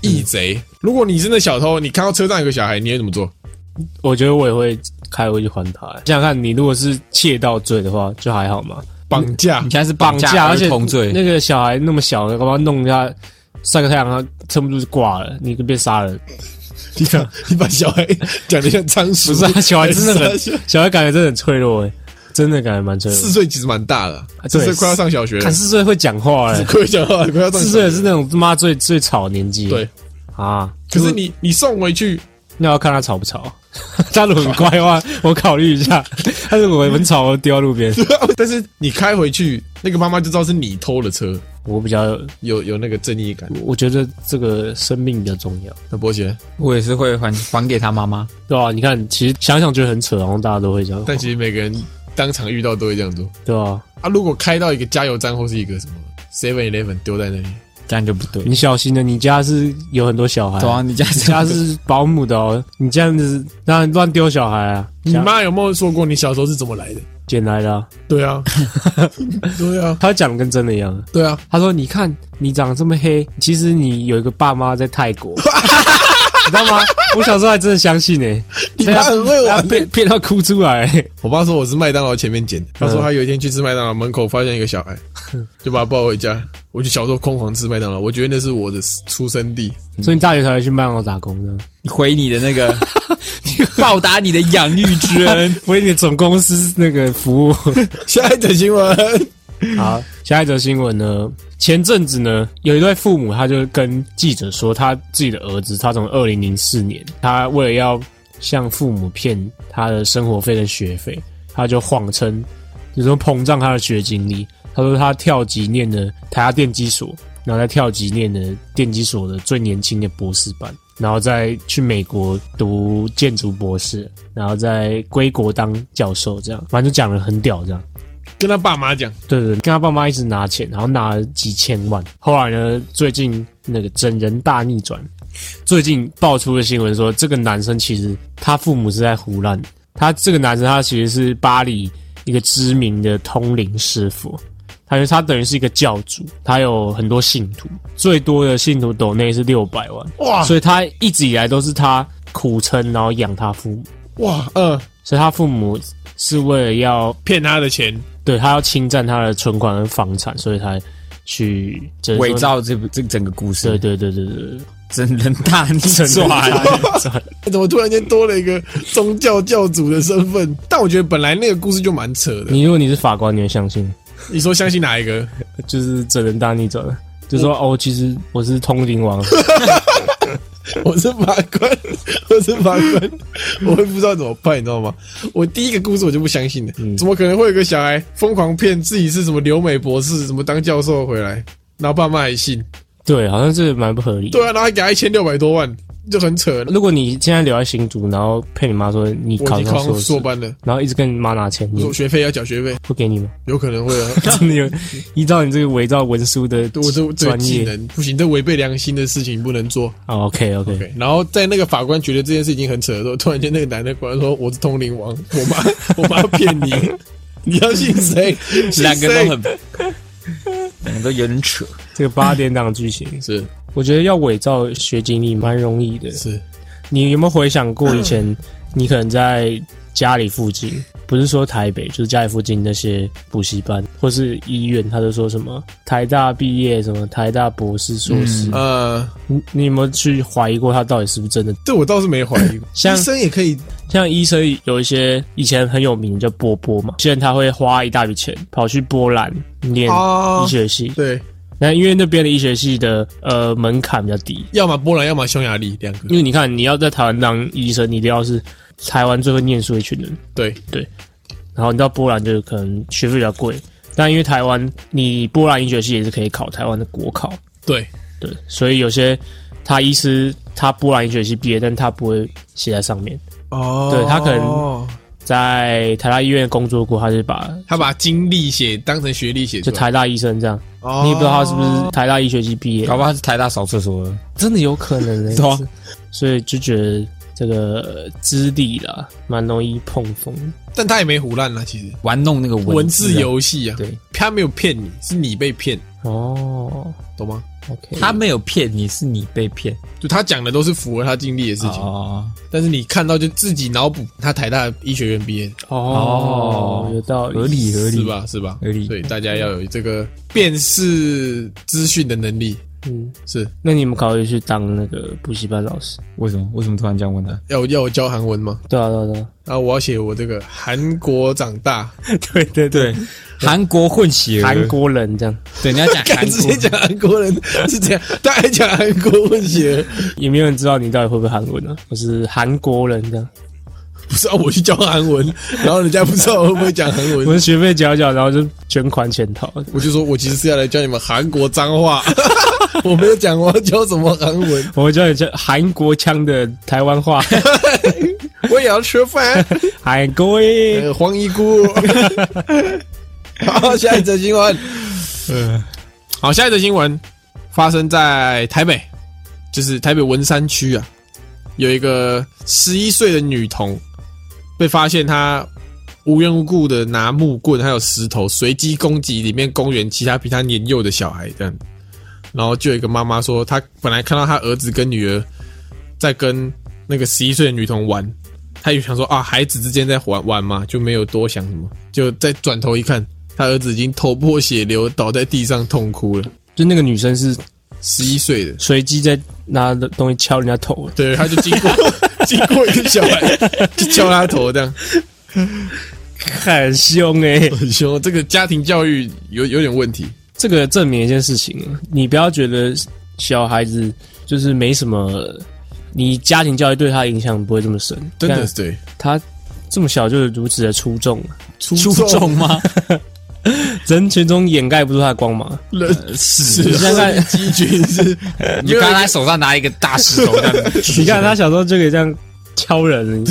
A: 义贼。如果你真的小偷，你看到车上有个小孩，你会怎么做？
B: 我觉得我也会开回去还他、欸。想想看，你如果是窃盗罪的话，就还好嘛。
A: 绑架
C: 你，现在是
B: 绑架，
C: 架
B: 而且
C: 儿童罪，
B: 那个小孩那么小，干嘛弄一下晒个太阳，他撑不住就挂了，你就被杀 了。
A: 你 把你把小孩讲的像仓鼠，
B: 不是、啊，小孩真 的很，
A: 四
B: 小孩感觉真的很脆弱诶、欸真的感觉蛮脆弱。
A: 岁其实蛮大的，四
B: 啊对
A: 岁快要上小学了
B: 看，四岁会讲话诶、欸
A: 快要讲话了，快要上
B: 四
A: 小
B: 岁
A: 学
B: 也
A: 了。
B: 是那种他妈最最吵的年纪。
A: 对，
B: 啊，
A: 可是你你送回去，
B: 那要看他吵不吵。 他如果很乖的 话，我考虑一下； 他如果很吵，我丢到路边。
A: 但是你开回去，那个妈妈就知道是你偷了车，
B: 我比较，
A: 有有那个正义感。
B: 我觉得这个生命比较重要，
A: 那伯爵，
C: 我也是会还还给他妈妈。
B: 对啊吧、你看，其实想想觉得很扯，然后大家都会这样，
A: 但其实每个人当场遇到都会这样做
B: 对吧、
A: 啊。如果开到一个加油站或是一个什么 Seven Eleven 丢在那里，
C: 这样就不对。
B: 你小心了，你家是有很多小孩，
C: 对啊，你家
B: 你家是保姆的哦，你这样子让人乱丢小孩啊，
C: 嗯
A: 你妈有没有说过你小时候是怎么来的？
B: 捡来的、啊，
A: 对 啊，对啊，
B: 他讲得跟真的一样。
A: 对啊，
B: 他说：“你看你长得这么黑，其实你有一个爸妈在泰 国，你知道吗？我小时候还真的相信呢、
A: 你妈很会
B: 他
A: 玩。啊
B: 骗骗到哭出来、
C: 嗯
A: 我爸说我是麦当劳前面捡的，他说他有一天去吃麦当劳，门口发现一个小孩，就把他抱回家。我就小时候疯狂吃麦当劳，我觉得那是我的出生地。
B: 所以你大学才会去麦当劳打工呢。
C: 回你的那个，报答你的养育之 恩。
B: 为你的总公司那个服务。
A: 下一则新闻，
B: 好，下一则新闻呢？前阵子呢，有一对父母，他就跟记者说，他自己的儿子，他从二零零四年，他为了要向父母骗他的生活费跟学费，他就谎称，就是说膨胀他的学经历。他说他跳级念的台大电机所，然后再跳级念的电机所的最年轻的博士班，然后再去美国读建筑博士，然后再归国当教授，这样，反正就讲的很屌这样。
A: 跟他爸妈讲，
B: 对对，对跟他爸妈一直拿钱，然后拿了几千万。后来呢，最近那个整人大逆转，最近爆出的新闻说，这个男生其实他父母是在胡乱，他这个男生他其实是巴黎一个知名的通灵师傅。他就他等于是一个教主，他有很多信徒，最多的信徒斗内是六百万，
A: 哇
B: 所以他一直以来都是他苦撑，然后养他父母，
A: 哇，嗯，
B: 所以他父母是为了要
A: 骗他的钱，
B: 对他要侵占他的存款跟房产，所以才去就是说
C: 伪。造这部这整个故
B: 对
C: 事，
B: 对对对对，
C: 真人大逆
B: 对
C: 转。
B: 转
A: 怎么突然间多了一个宗教教主的身份？但我觉得本来那个故事就蛮扯的。
B: 你如果你是法官，你会相信，
A: 你说相信哪一个？
B: 就是整人大逆转，就说哦，其实我是通灵王，
A: 我是法官，我是法官，我会不知道怎么办，你知道吗？我第一个故事我就不相信的，
B: 嗯
A: 怎么可能会有个小孩疯狂骗自己是什么留美博士，什么当教授回来，然后爸妈还信？
B: 对，好像这个蛮不合理。
A: 对啊，然后还给他一千六百多万，就很扯。
B: 如果你现在留在新竹，然后骗你妈说你
A: 我
B: 考
A: 已经
B: 上硕
A: 狂
B: 士嗯
A: 硕，班了，
B: 然后一直跟你妈拿钱，
A: 我
B: 你
A: 说学费要缴学费，
B: 不给你 吗？
A: 有可能会 啊。
B: 真的有依照你这个伪造文书的
A: 对我这这个
B: 专
A: 技
B: 业哦
A: 能不行，这违背良心的事情不能做。
B: ，OK OK，
A: 对，然后在那个法官觉得这件事已经很扯的时候，突然间那个男的果然说：“我是通灵王，我妈我妈骗你， 你要信谁？信
C: 两个
A: 谁
C: 都很，两个都有点扯。
B: 这个八点档剧情，
A: 是
B: 我觉得要伪造学经历蛮容易的，
A: 是
B: 你有没有回想过以前，你可能在家里附近，不是说台北，就是家里附近那些补习班或是医院，他都说什么台大毕业，什么台大博士、硕士，
A: 呃，
B: 你你有没有去怀疑过他到底是不是真的？
A: 这我倒是没怀疑过。
B: 像
A: 医生也可以，
B: 像医生有一些以前很有名叫波波嘛，现在他会花一大笔钱跑去波兰念
A: 哦
B: 医学系，
A: 对，
B: 那因为那边的医学系的呃门槛比较低，
A: 要么波兰，要么匈牙利，两个
B: 因为你看你要在台湾当医生，你一定要是台湾最会念书的一群人，
A: 对，
B: 然后你到波兰就可能学费比较贵，但因为台湾你波兰医学系也是可以考台湾的国考，
A: 对，
B: 对，所以有些他医师他波兰医学系毕业，但他不会写在上面，
A: 哦
B: 对他可能在台大医院工作过，他就把
A: 他把经历写当成学历写出
B: 就
A: 来，
B: 台大医生这样，
A: 哦
B: 你也不知道他是不是台大医学系毕业，
C: 搞不好他是台大扫厕所的，
B: 真的有可能的、
C: 对啊
B: 所以就觉得这个呃资历啦，蛮容易碰风的。
A: 但他也没胡乱啊，其实
C: 玩弄那个
A: 文
C: 字
A: 字
C: 啊，
A: 游戏啊，
B: 对，
A: 他没有骗你，是你被骗，
B: 哦
A: 懂吗？
B: ，OK，
C: 他没有骗你，是你被骗
A: 就他讲的都是符合他经历的事情，
C: 哦。
A: 但是你看到就自己脑补他台大医学院毕业，
B: 哦，有道理，
C: 合理合
A: 是
C: 理？
A: 吧？是吧？
C: 合理
A: 所以大家要有这个辨识资讯的能力，
B: 嗯，
A: 是
B: 那你们考虑去当那个补习班老师？
C: 为什么？为什么突然这样问他？
A: 要要我教韩文吗？
B: 对啊，对啊，对啊，
A: 啊，我要写我这个韩国长大，
B: 对对对，
C: 对，韩国混血儿，
B: 韩国人这样
C: 对，你要讲韩
A: 敢直接
C: 国，
A: 讲韩国人是这样， 他还讲韩国混血，
B: 也没有人知道你到底会不会韩文啊？我是韩国人这样，
A: 不是啊？我去教韩文， 然后人家不知道我会不会讲韩
B: 我
A: 文，
B: 的学费缴一缴，然后就卷款潜逃。
A: 我就说我其实是要来教你们韩国脏话， 我没有讲我要教什么韩 文，
B: 我叫你叫韩国腔的台湾话，
A: 我也要吃饭，
B: 韩国耶
A: 呃黄一 姑。好，下一则新闻，
C: 呃
A: 好，下一则新闻发生在台北，就是台北文山区啊，有一个十一岁的女童被发现她无缘无故的拿木棍还有石头随机攻击里面公园其他比她年幼的小孩这样，然后就有一个妈妈说，她本来看到她儿子跟女儿在跟那个十一岁的女童玩。她也想说啊，孩子之间在玩玩嘛，就没有多想什么，就再转头一看，他儿子已经头破血流，倒在地上痛哭了。
B: 就那个女生是
A: 十一岁的，
B: 随机在拿的东西敲人家头，
A: 对，他就经 过经过一个小孩，就敲他头，这样
B: 很凶哎、
A: 很凶。这个家庭教育有有点问题，
B: 这个证明一件事情，啊你不要觉得小孩子就是没什么，你家庭教育对他影响不会这么深。
A: 真的
B: 但
A: 是对
B: 他这么小就如此的出众，
A: 出
C: 出众吗？
B: 人群中掩盖不住他的光芒。
A: 人
C: 是，
B: 你 看看，
A: 鸡群是，
C: 你就刚才手上拿一个大石头这样，
B: 你看他小时候就可以这样敲人，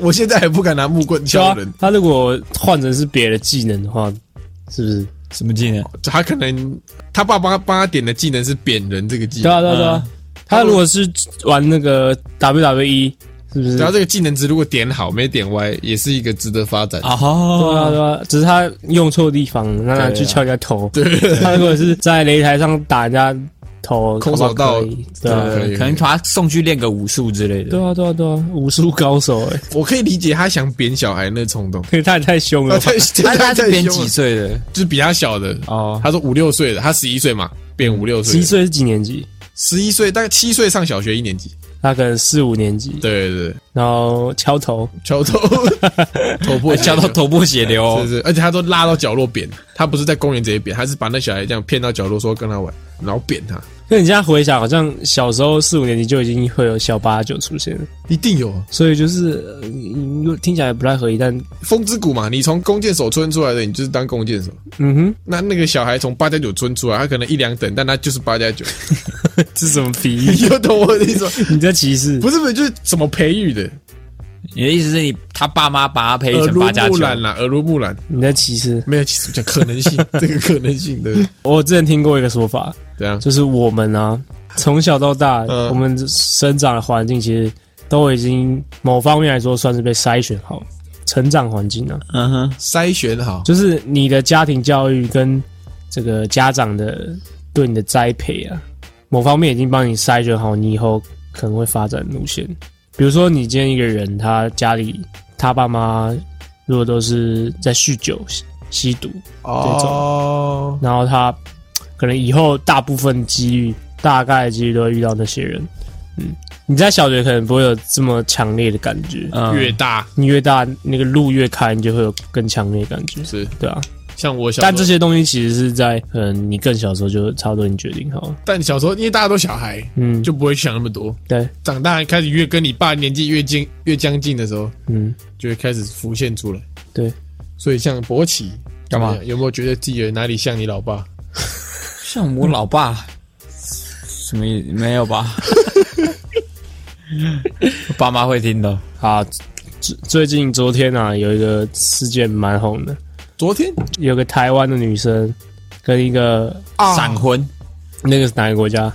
A: 我现在还不敢拿木棍
B: 对
A: 敲
B: 啊
A: 人，嗯
B: 他如果换成是别的技能的话，是不是？
C: 什么技能？
A: 他可能他爸爸帮他点的技能是扁人这个技
B: 对
A: 能，
B: 啊，对啊，对啊。他如果是玩那个 WWE，是不是？
A: 然后
B: 对
A: 这个技能值如果点好没点歪，也是一个值得发展。
B: 啊，
C: 哦，
B: 对啊，只是他用错地方，让他
C: 对啊
B: 去敲人家头。 他如果是在擂台上打人家头，
A: 空手道
B: 搞不好可以对啊，
A: 可以
C: 可能把他送去练个武术之类的。
B: 对啊，对啊，对啊，武术高手 哎，
A: 我可以理解他想扁小孩那冲动，
B: 可以太太凶了
A: 他
B: 吧。
A: 太
C: 他
A: 太
C: 他是
A: 太
C: 编
A: 凶
C: 几
A: 了，
C: 岁的？
A: 就是比他小的
C: 哦，
A: 他说五六岁的，他十一岁嘛，变五六
B: 十
A: 岁
B: 一，岁是几年级？
A: 十一岁大概七岁上小学一年级，
B: 他可能四五年级，
A: 对对对，
B: 然后敲头，
A: 敲头头破
C: 我
B: 啊
C: 教哎到头破血流
A: 是，是，而且他都拉到角落扁，他不是在公园直接扁，他是把那小孩这样骗到角落说跟他玩，然后扁他，
B: 那你现在回想，好像小时候四五年级就已经会有小八九出现了，
A: 一定有啊
B: 所以就是呃你你听起来不太合理，但
A: 风之谷嘛，你从弓箭手村出来的，你就是当弓箭手，
B: 嗯哼，
A: 那那个小孩从八加九村出来，他可能一两等，但他就是八加九，
B: 这是什么比
A: 你
B: 喻？
A: 就懂我的意思吗？
B: 你在歧视？
A: 不是不是，就是怎么培育的？
C: 你的意思是你他爸妈把他培
A: 耳
C: 育成
B: 呃
A: 濡
C: 八加
A: 目
C: 九？
A: 染啦，耳濡目染，
B: 你在歧视？
A: 没有，其实我讲可能性，这个可能性的，对
B: 哦我之前听过一个说法，
A: 怎样？
B: 就是我们啊，从小到大，
A: 嗯
B: 我们生长的环境其实都已经某方面来说算是被筛选好，成长环境啊，
C: 嗯哼，
A: 筛选好，
B: 就是你的家庭教育跟这个家长的对你的栽培啊，某方面已经帮你筛选好你以后可能会发展的路线。比如说，你今天一个人，他家里他爸妈如果都是在酗酒、吸吸毒，
A: 哦，
B: 然后他可能以后大部分机遇，大概的几率都会遇到那些人。嗯，你在小学可能不会有这么强烈的感觉，
C: 嗯
A: 越大
B: 你越大那个路越开，你就会有更强烈的感觉，
A: 是。
B: 对啊。
A: 像我小时候，
B: 但这些东西其实是在嗯你更小的时候就差不多已经决定好了。
A: 但小时候因为大家都小孩，
B: 嗯，
A: 就不会想那么多。
B: 对，
A: 长大开始越跟你爸年纪越近越将近的时候，
B: 嗯，
A: 就会开始浮现出来。
B: 对，
A: 所以像博奇
C: 干嘛
A: 有没有觉得自己有哪里像你老爸？
C: 像我老爸，什么意没 有吧？我爸妈会听的。
B: 好，啊最最近昨天啊有一个事件蛮红的，
A: 昨天
B: 有个台湾的女生跟一个
C: 闪婚，
B: 那个是哪个国家？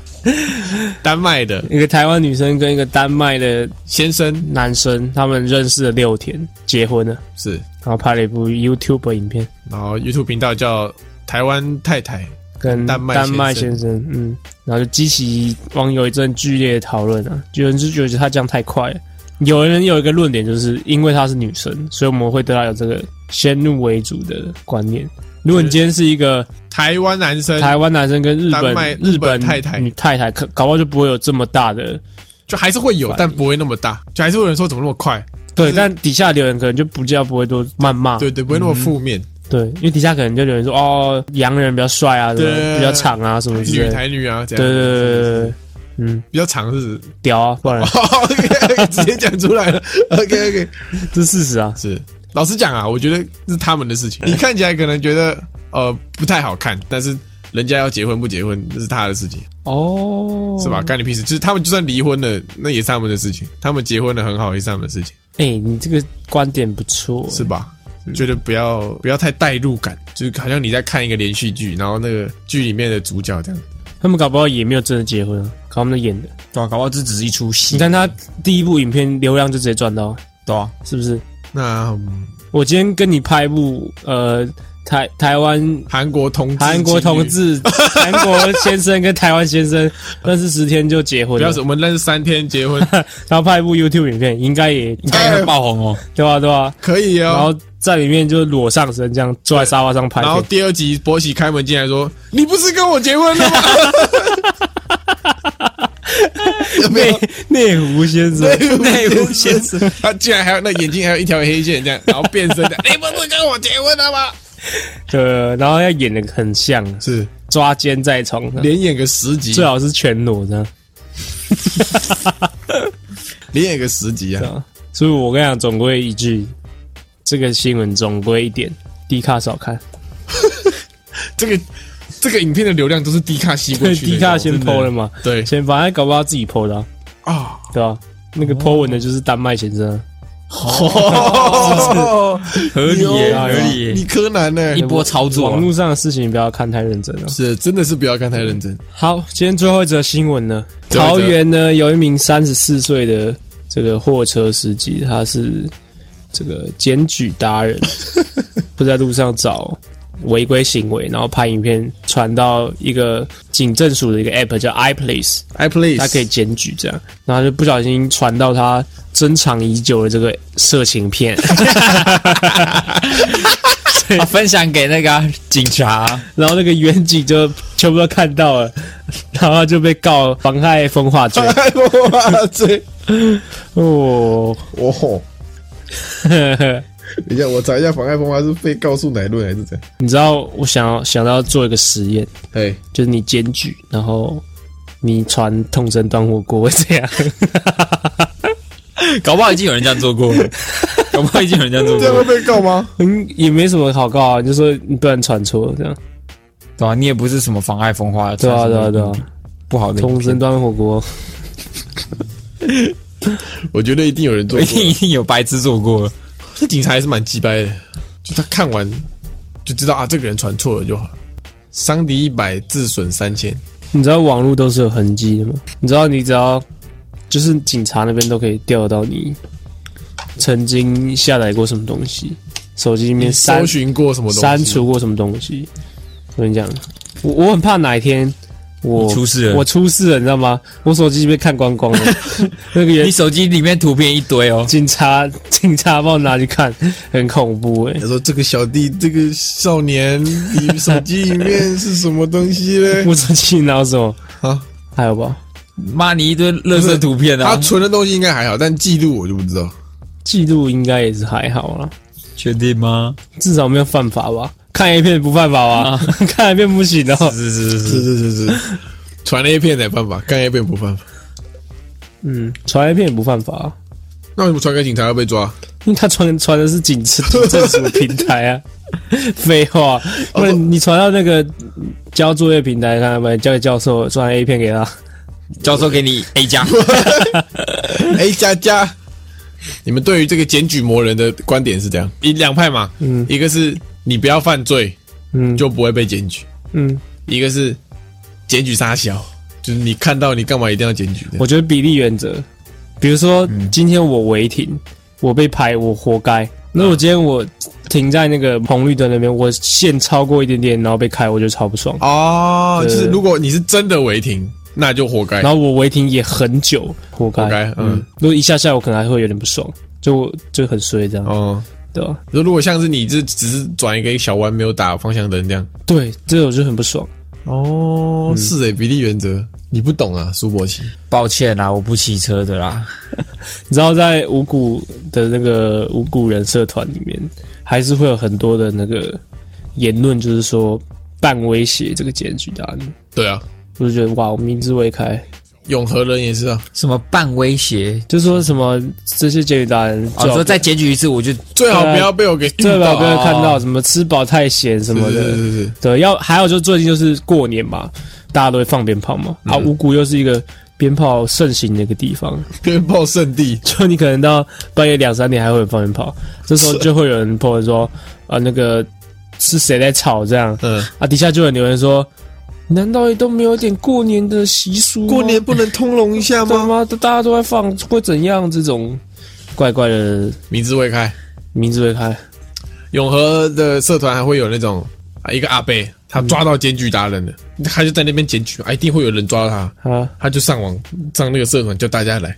A: 丹麦的
B: 一个台湾女生跟一个丹麦的
A: 先生
B: 男生，他们认识了六天，结婚了，
A: 是，
B: 然后拍了一部 YouTube 影片，
A: 然后 YouTube 频道叫台湾太太，
B: 跟
A: 丹麦
B: 丹麦
A: 先
B: 先生，嗯，然后就激起网友一阵剧烈的讨论啊，有人就觉得他这样太快了。有人有一个论点，就是因为她是女生，所以我们会对她有这个先入为主的观念。如果你今天是一个
A: 台湾男生
B: 台湾男生跟日
A: 丹麦
B: 本
A: 日本
B: 本
A: 太太
B: 女太太，可搞不好就不会有这么大的
A: 就还是会有，但不会那么大，就还是会有人说怎么那么快，
B: 对，
A: 是
B: 但底下留言可能就不叫不会多谩骂，
A: 对对，不会那么负面。
B: 对，因为底下可能就有人说哦，洋人比较帅啊，什
A: 对
B: 么比较长啊，什么之
A: 女
B: 类的。
A: 台女啊，这
B: 对
A: 样
B: 对对对对对，嗯，
A: 比较长是
B: 屌啊，不然
A: OK，直接讲出来了。OK OK，
B: 这是事实啊。
A: 是老实讲啊，我觉得是他们的事情。
B: 嗯
A: 你看起来可能觉得呃不太好看，但是人家要结婚不结婚，这是他的事情，
B: 哦，
A: 是吧？？干你屁事！就是他们就算离婚了，那也是他们的事情；他们结婚了很好，也是他们的事情，
B: 哎、你这个观点不错，
A: 是吧？觉得不要不要太代入感，就是好像你在看一个连续剧，然后那个剧里面的主角这样。
B: 他们搞不好也没有真的结婚啊，搞他们演
A: 嗯
B: 的。
C: 对啊，搞不好这只是一出戏
B: 你看他第一部影片流量就直接赚到，
C: 对啊，
B: 是不是？
A: 那嗯
B: 我今天跟你拍一部呃台台湾
A: 韩国同志
B: 韩国同
A: 情侣
B: 志韩国先生跟台湾先生认识十天就结婚
A: 不
B: 了
A: 要，是我们认识三天结 婚，
B: 然后拍一部 YouTube 影片，应该也
C: 应该会爆红 哦。
B: 对啊吧？对吧？
A: 可以
B: 然
A: 哦。
B: 后在里面就裸上身，这样坐在沙发上拍
A: 然后
B: 片。
A: 第二集，博喜开门进来说：“你不是跟我结婚了吗？” 有没有？
B: 内内湖先生，
A: 内
C: 湖先
A: 生，他竟然还有那眼睛还有一条黑线这样，然后变身的，你不是跟我结婚了吗？
B: 对，然后要演的很像，
A: 是
B: 抓奸在床上，
A: 连演个十集，
B: 最好是啊全裸这样。
A: 连演个十集啊！
B: 所以我跟你讲，总归一句，这个新闻总归一点，低卡少看，
A: 这个这个影片的流量都是低卡吸过
B: 对，
A: 去的，
B: 低卡先
A: 剖
B: PO 了嘛，
A: 对
B: 先反正搞不好自己 PO 的啊、
A: 啊，
B: 对吧、那个 PO 文的就是丹麦先生啊，
A: 哦，
C: 合理耶，
A: 有
C: 合理耶
A: 你柯南呢？
C: 一波操作
B: 啊
C: 啊
B: 网。络上的事情不要看太认真啊了。
A: 是真的是不要看太认真，
B: 好，今天最后一则新闻呢，
A: 最后
B: 桃
A: 一则
B: 园呢有一名三十四岁的这个货车司机，他是这个检举达人，不是在路上找违规行为，然后拍影片传到一个警政署的一个 app 叫 iPlace，
A: ，I please，
B: 他可以检举这样，然后就不小心传到他珍藏已久的这个色情片，
C: 啊分享给那个啊警察，
B: 然后那个远景就全部都看到了，然后他就被告妨害风化罪
A: 哇，这
B: 哦。
A: 哦吼！等一下，我查一下妨碍风化是被告诉乃论还是怎样？
B: 你知道，我想要想到做一个实验，
A: 哎，
B: 就是你检举，然后你传痛针端火锅这样，
C: 搞不好已经有人这样做过 了，搞不好已经有人这样做
A: 这样
C: 过
A: 会
C: 了，
A: 被告吗？
B: 嗯，也没什么好告啊，你就说你不然传错这样，
C: 对啊，你也不是什么妨碍风化，
B: 对啊，对啊，对啊，，
C: 不好的影
B: 痛针
C: 片，
B: 端火锅，
A: 我觉得一定有人做
C: 一
A: 过。
C: 定一定有白痴做过了，
A: 这 警察还是蛮鸡掰的，就他看完就知道啊，这个人传错了就好。伤敌一百，自损三千。
B: 你知道网络都是有痕迹的吗？你知道，你只要就是警察那边都可以调到你曾经下载过什么东西，手机里面
A: 你
B: 删
A: 搜寻过什么东西？
B: 删除过什么东西。我跟你讲，我我很怕哪一天我
C: 你出事了
B: 我出事了，你知道吗？我手机被看光光了，那个原
C: 你手机里面图片一堆哦，
B: 警察警察帮我拿去看，很恐怖哎、
A: 他说：“这个小弟，这个少年，你手机里面是什么东西嘞
B: 我手机拿什么？？”
A: 啊，
B: 还有吧，
C: 妈你一堆垃圾图片
A: 他
C: 啊，
A: 存的东西应该还好，但记录我就不知道。
B: 记录应该也是还好啦，
C: 确定吗？
B: 至少没有犯法吧？看 A 片不犯法吗？ 看 A 片不行哦。
C: 是是
A: 是
C: 是是，
A: 是是是，传 A 片才犯法，干 A 片不犯法。
B: 嗯，传 A 片也不犯法，啊
A: 那为什么传给警察要被 抓？
B: 因为他传传的是警 政政府平台啊。废话，不然你传到那个交作业平台，看他们交给教授传 A 片给他，
C: 教授给你 A 加，
A: 哎，佳佳，你们对于这个检举魔人的观点是这样？一两派嘛，
B: 嗯
A: 一个是你不要犯罪
B: 嗯，
A: 就不会被检举，
B: 嗯，
A: 一个是检举杀小，就是你看到你干嘛一定要检举的？
B: 我觉得比例原则，比如说
A: 嗯
B: 今天我违停，我被拍，我活该。那我今天我停在那个红绿灯那边，我线超过一点点，然后被开，我就超不爽。
A: 哦，
B: 对
A: 就是如果你是真的违停，那就活该
B: 然。后我违停也很久，活该。
A: 活该嗯，
B: 如果一下下我可能还会有点不爽，就我就很衰这样，
A: 哦，
B: 对吧？
A: 就如果像是你这只是转一个小弯没有打方向灯这样，
B: 对，这我就很不爽。
A: 哦，是诶，比例原则你不懂啊，苏博奇。
C: 抱歉啦，我不骑车的啦。
B: 你知道，在五谷的那个五谷人社团里面，还是会有很多的那个言论，就是说半威胁这个检举的案，
A: 对啊，
B: 我就觉得哇，我明知未开，
A: 永和人也是啊，
C: 什么半威胁？
B: 就说什么这些检举达人，
C: 哦，说再检举一次我就
A: 最好不要被我给啊遇
B: 对吧？
A: 到
B: 不
A: 啊。
B: 要看到什么吃饱太闲什么
A: 是是
B: 的，
A: 是是，
B: 对，要还有就最近就是过年嘛，大家都会放鞭炮嘛，
A: 嗯
B: 啊，五谷又是一个鞭炮盛行的一个地方，
A: 鞭炮圣地，
B: 就你可能到半夜两三点还会有人放鞭炮，这时候就会有人 po 文说啊那个是谁在吵这样
A: 嗯，
B: 啊，底下就有留言说，难道都没有点过年的习俗吗？
A: 过年不能通融一下
B: 对
A: 吗？
B: 吗？都大家都在放会怎样？这种怪怪的
A: 明智未开，
B: 名字会开，
A: 永和的社团还会有那种啊，一个阿伯他抓到检举达人了，他就在那边检举，啊，一定会有人抓到他。
B: 啊，
A: 他就上网上那个社团叫大 家来，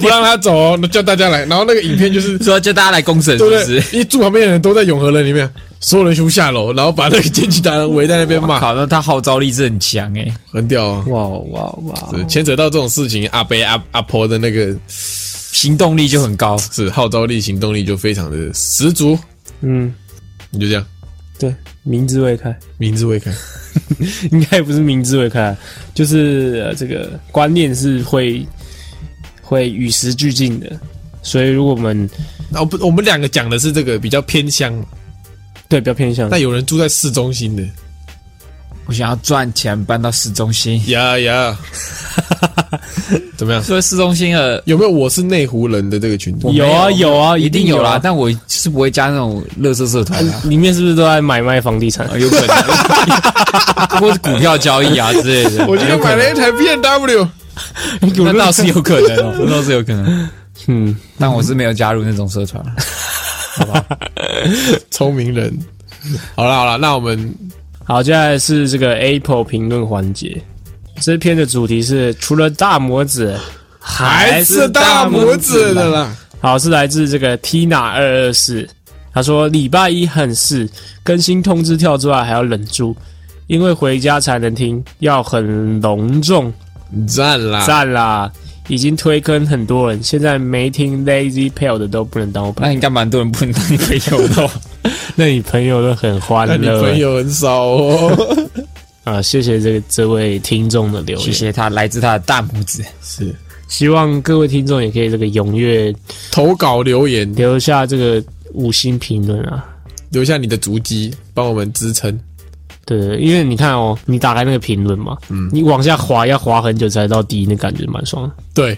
A: 不让他走哦，叫大家来。然后那个影片 就是
C: 说叫大家来公审，是
A: 对
C: 不
A: 不对
C: 是？？
A: 一住旁边的人都在永和人里面，所有人全部下楼，然后把那个检举达人围在那边骂，
C: 靠，那他号召力是很强哎、
A: 很屌啊！
B: 哇哇哇！
A: 是牵扯到这种事情，阿伯阿阿婆的那个
C: 行动力就很高。
A: 是号召力、行动力就非常的十足。
B: 嗯，
A: 你就这样，
B: 对，名字会开。
A: 明智未开，
B: 应该不是明智会看，啊就是、呃、这个观念是会会与时俱进的，所以如果我们
A: 那我不，我们两个讲的是这个比较偏乡，
B: 对比较偏向，
A: 但有人住在市中心的，
C: 我想要赚钱搬到市中心，
A: 呀 呀，怎么样？
C: 说市中心的
A: 有没有我是内湖人的这个群体？
B: 有啊
C: 没有
B: 有啊，
C: 一定
B: 有
C: 有啦，
B: 啊，
C: 但我是不会加那种乐色社团 啊，
B: 里面是不是都在买卖房地产？
C: 有可能， 或是股票交易啊之类的。
A: 我今天买了一台 B N W，
C: 那倒是有可能哦，那倒是有可能，
B: 嗯，
C: 但我是没有加入那种社团。啊
A: 聪明人。好了好了，那我们
B: 好，接下来是这个 Apple 评论环节，这篇的主题是除了大拇指。
A: 还是大拇指的啦。
B: 好，是来自这个 Tina 二二四，他说礼拜一很是更新通知跳之外还要忍住，因为回家才能听，要很隆重。
A: 赞啦！
B: 赞啦，已经推坑很多人，现在没听 Lazy Pal 的都不能当我朋
C: 那
B: 友，
C: 应该蛮多人不能当你朋友的哦。
B: 那你朋友都很欢
A: 哎那你
B: 乐
A: 朋友很少哦。
B: 啊！谢谢这个这位听众的留言，
C: 谢谢他，来自他的大拇指。
A: 是
B: 希望各位听众也可以这个踊跃
A: 投稿留言，
B: 留下这个五星评论啊。
A: 留下你的足迹，帮我们支撑。
B: 对，因为你看哦，你打开那个评论嘛，
A: 嗯
B: 你往下滑要滑很久才到第一，那感觉蛮爽的。
A: 对，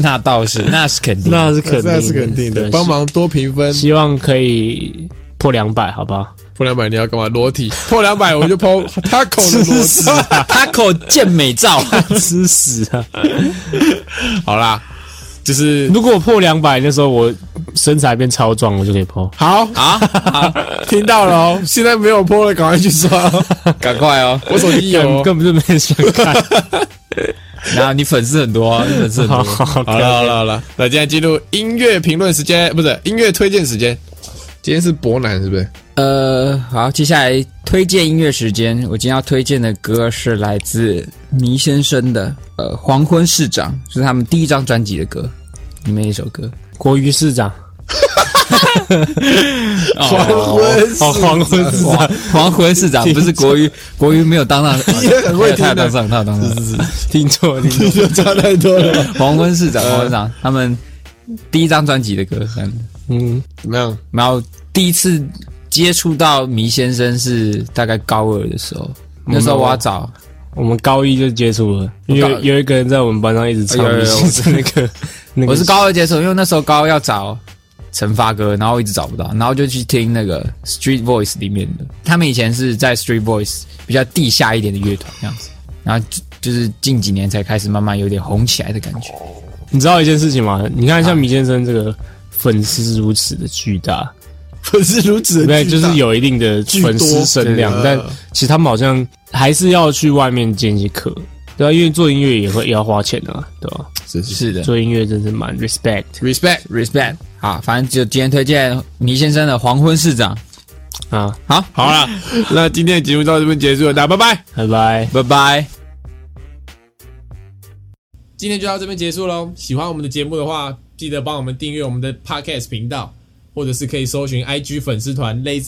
C: 那倒是，那是肯定。
B: 那是肯定的，
A: 那是肯定的
B: 对。
A: 帮，忙多评分
B: 希，希望可以破两百，好吧？
A: 破两百你要干嘛？裸体破两百我就抛 他口的裸 体。
C: Taco 健美照，
B: 吃屎啊！
A: 好啦，就是
B: 如果我破两百，那时候我身材变超壮，我就可以破。
A: 好，
C: 啊，好
A: 听到了哦。现在没有破了，赶快去 刷。
C: 赶快哦！
A: 我手机有哦。
B: 根本就没人想看。
C: 然后你粉丝很多啊，你粉丝很
B: 好好
C: 多。
A: 好了好了好了，那现在进入音乐评论时间，不是音乐推荐时间。今天是博南是不是？
C: 呃，好，接下来推荐音乐时间。我今天要推荐的歌是来自倪先生的《呃 黄昏市长》，是他们第一张专辑的歌，里面一首歌。
B: 国瑜市长，
A: 黄昏市
B: 哦，黄昏市长，
C: 黄昏市长不是 国瑜，国瑜没有当上，呃
A: 你也 很会听
C: 他有
A: 的
C: 当上，他有当上。
B: 听错听错
A: 你，就差太多了。
C: 黄昏市长，黄昏市长，他们第一张专辑的歌，嗯
B: 嗯，
A: 怎么样？
C: 然后第一次接触到迷先生是大概高二的时候，那时候我要找，
B: 我们高一就接触了，因
C: 我高
B: 为有一个人在我们班上一直唱
C: 哎呦
B: 李先生 那个，那个
C: 我是高二接触，因为那时候高二要找陈发哥，然后一直找不到，然后就去听那个 Street Voice 里面的，他们以前是在 Street Voice 比较地下一点的乐团这样子，然后就就是近几年才开始慢慢有点红起来的感觉。
B: 你知道一件事情吗？你
A: 啊
B: 看像米先生这个粉丝如此的巨大，
A: 粉丝如此的
B: 对，
A: 巨
B: 就
A: 大
B: 是有一定的粉丝声量
A: 巨，多
B: 但
A: 对
B: 其实他们好像还是要去外面兼一些课，对啊，因为做音乐也会也要花钱的、啊，对吧、
A: 是是
C: 是的
B: 做音乐真是蛮 respect。
A: respect。
C: ，respect。好，反正就今天推荐倪先生的《黄昏市长》。
B: 啊，
C: 好，
A: 好了，那今天的节目到这边结束了，大家拜拜。
B: 拜拜。
C: 拜拜。
A: 今天就到这边结束喽。喜欢我们的节目的话，记得帮我们订阅我们的 podcast 频道，或者是可以搜寻 IG 粉丝团 Lazy。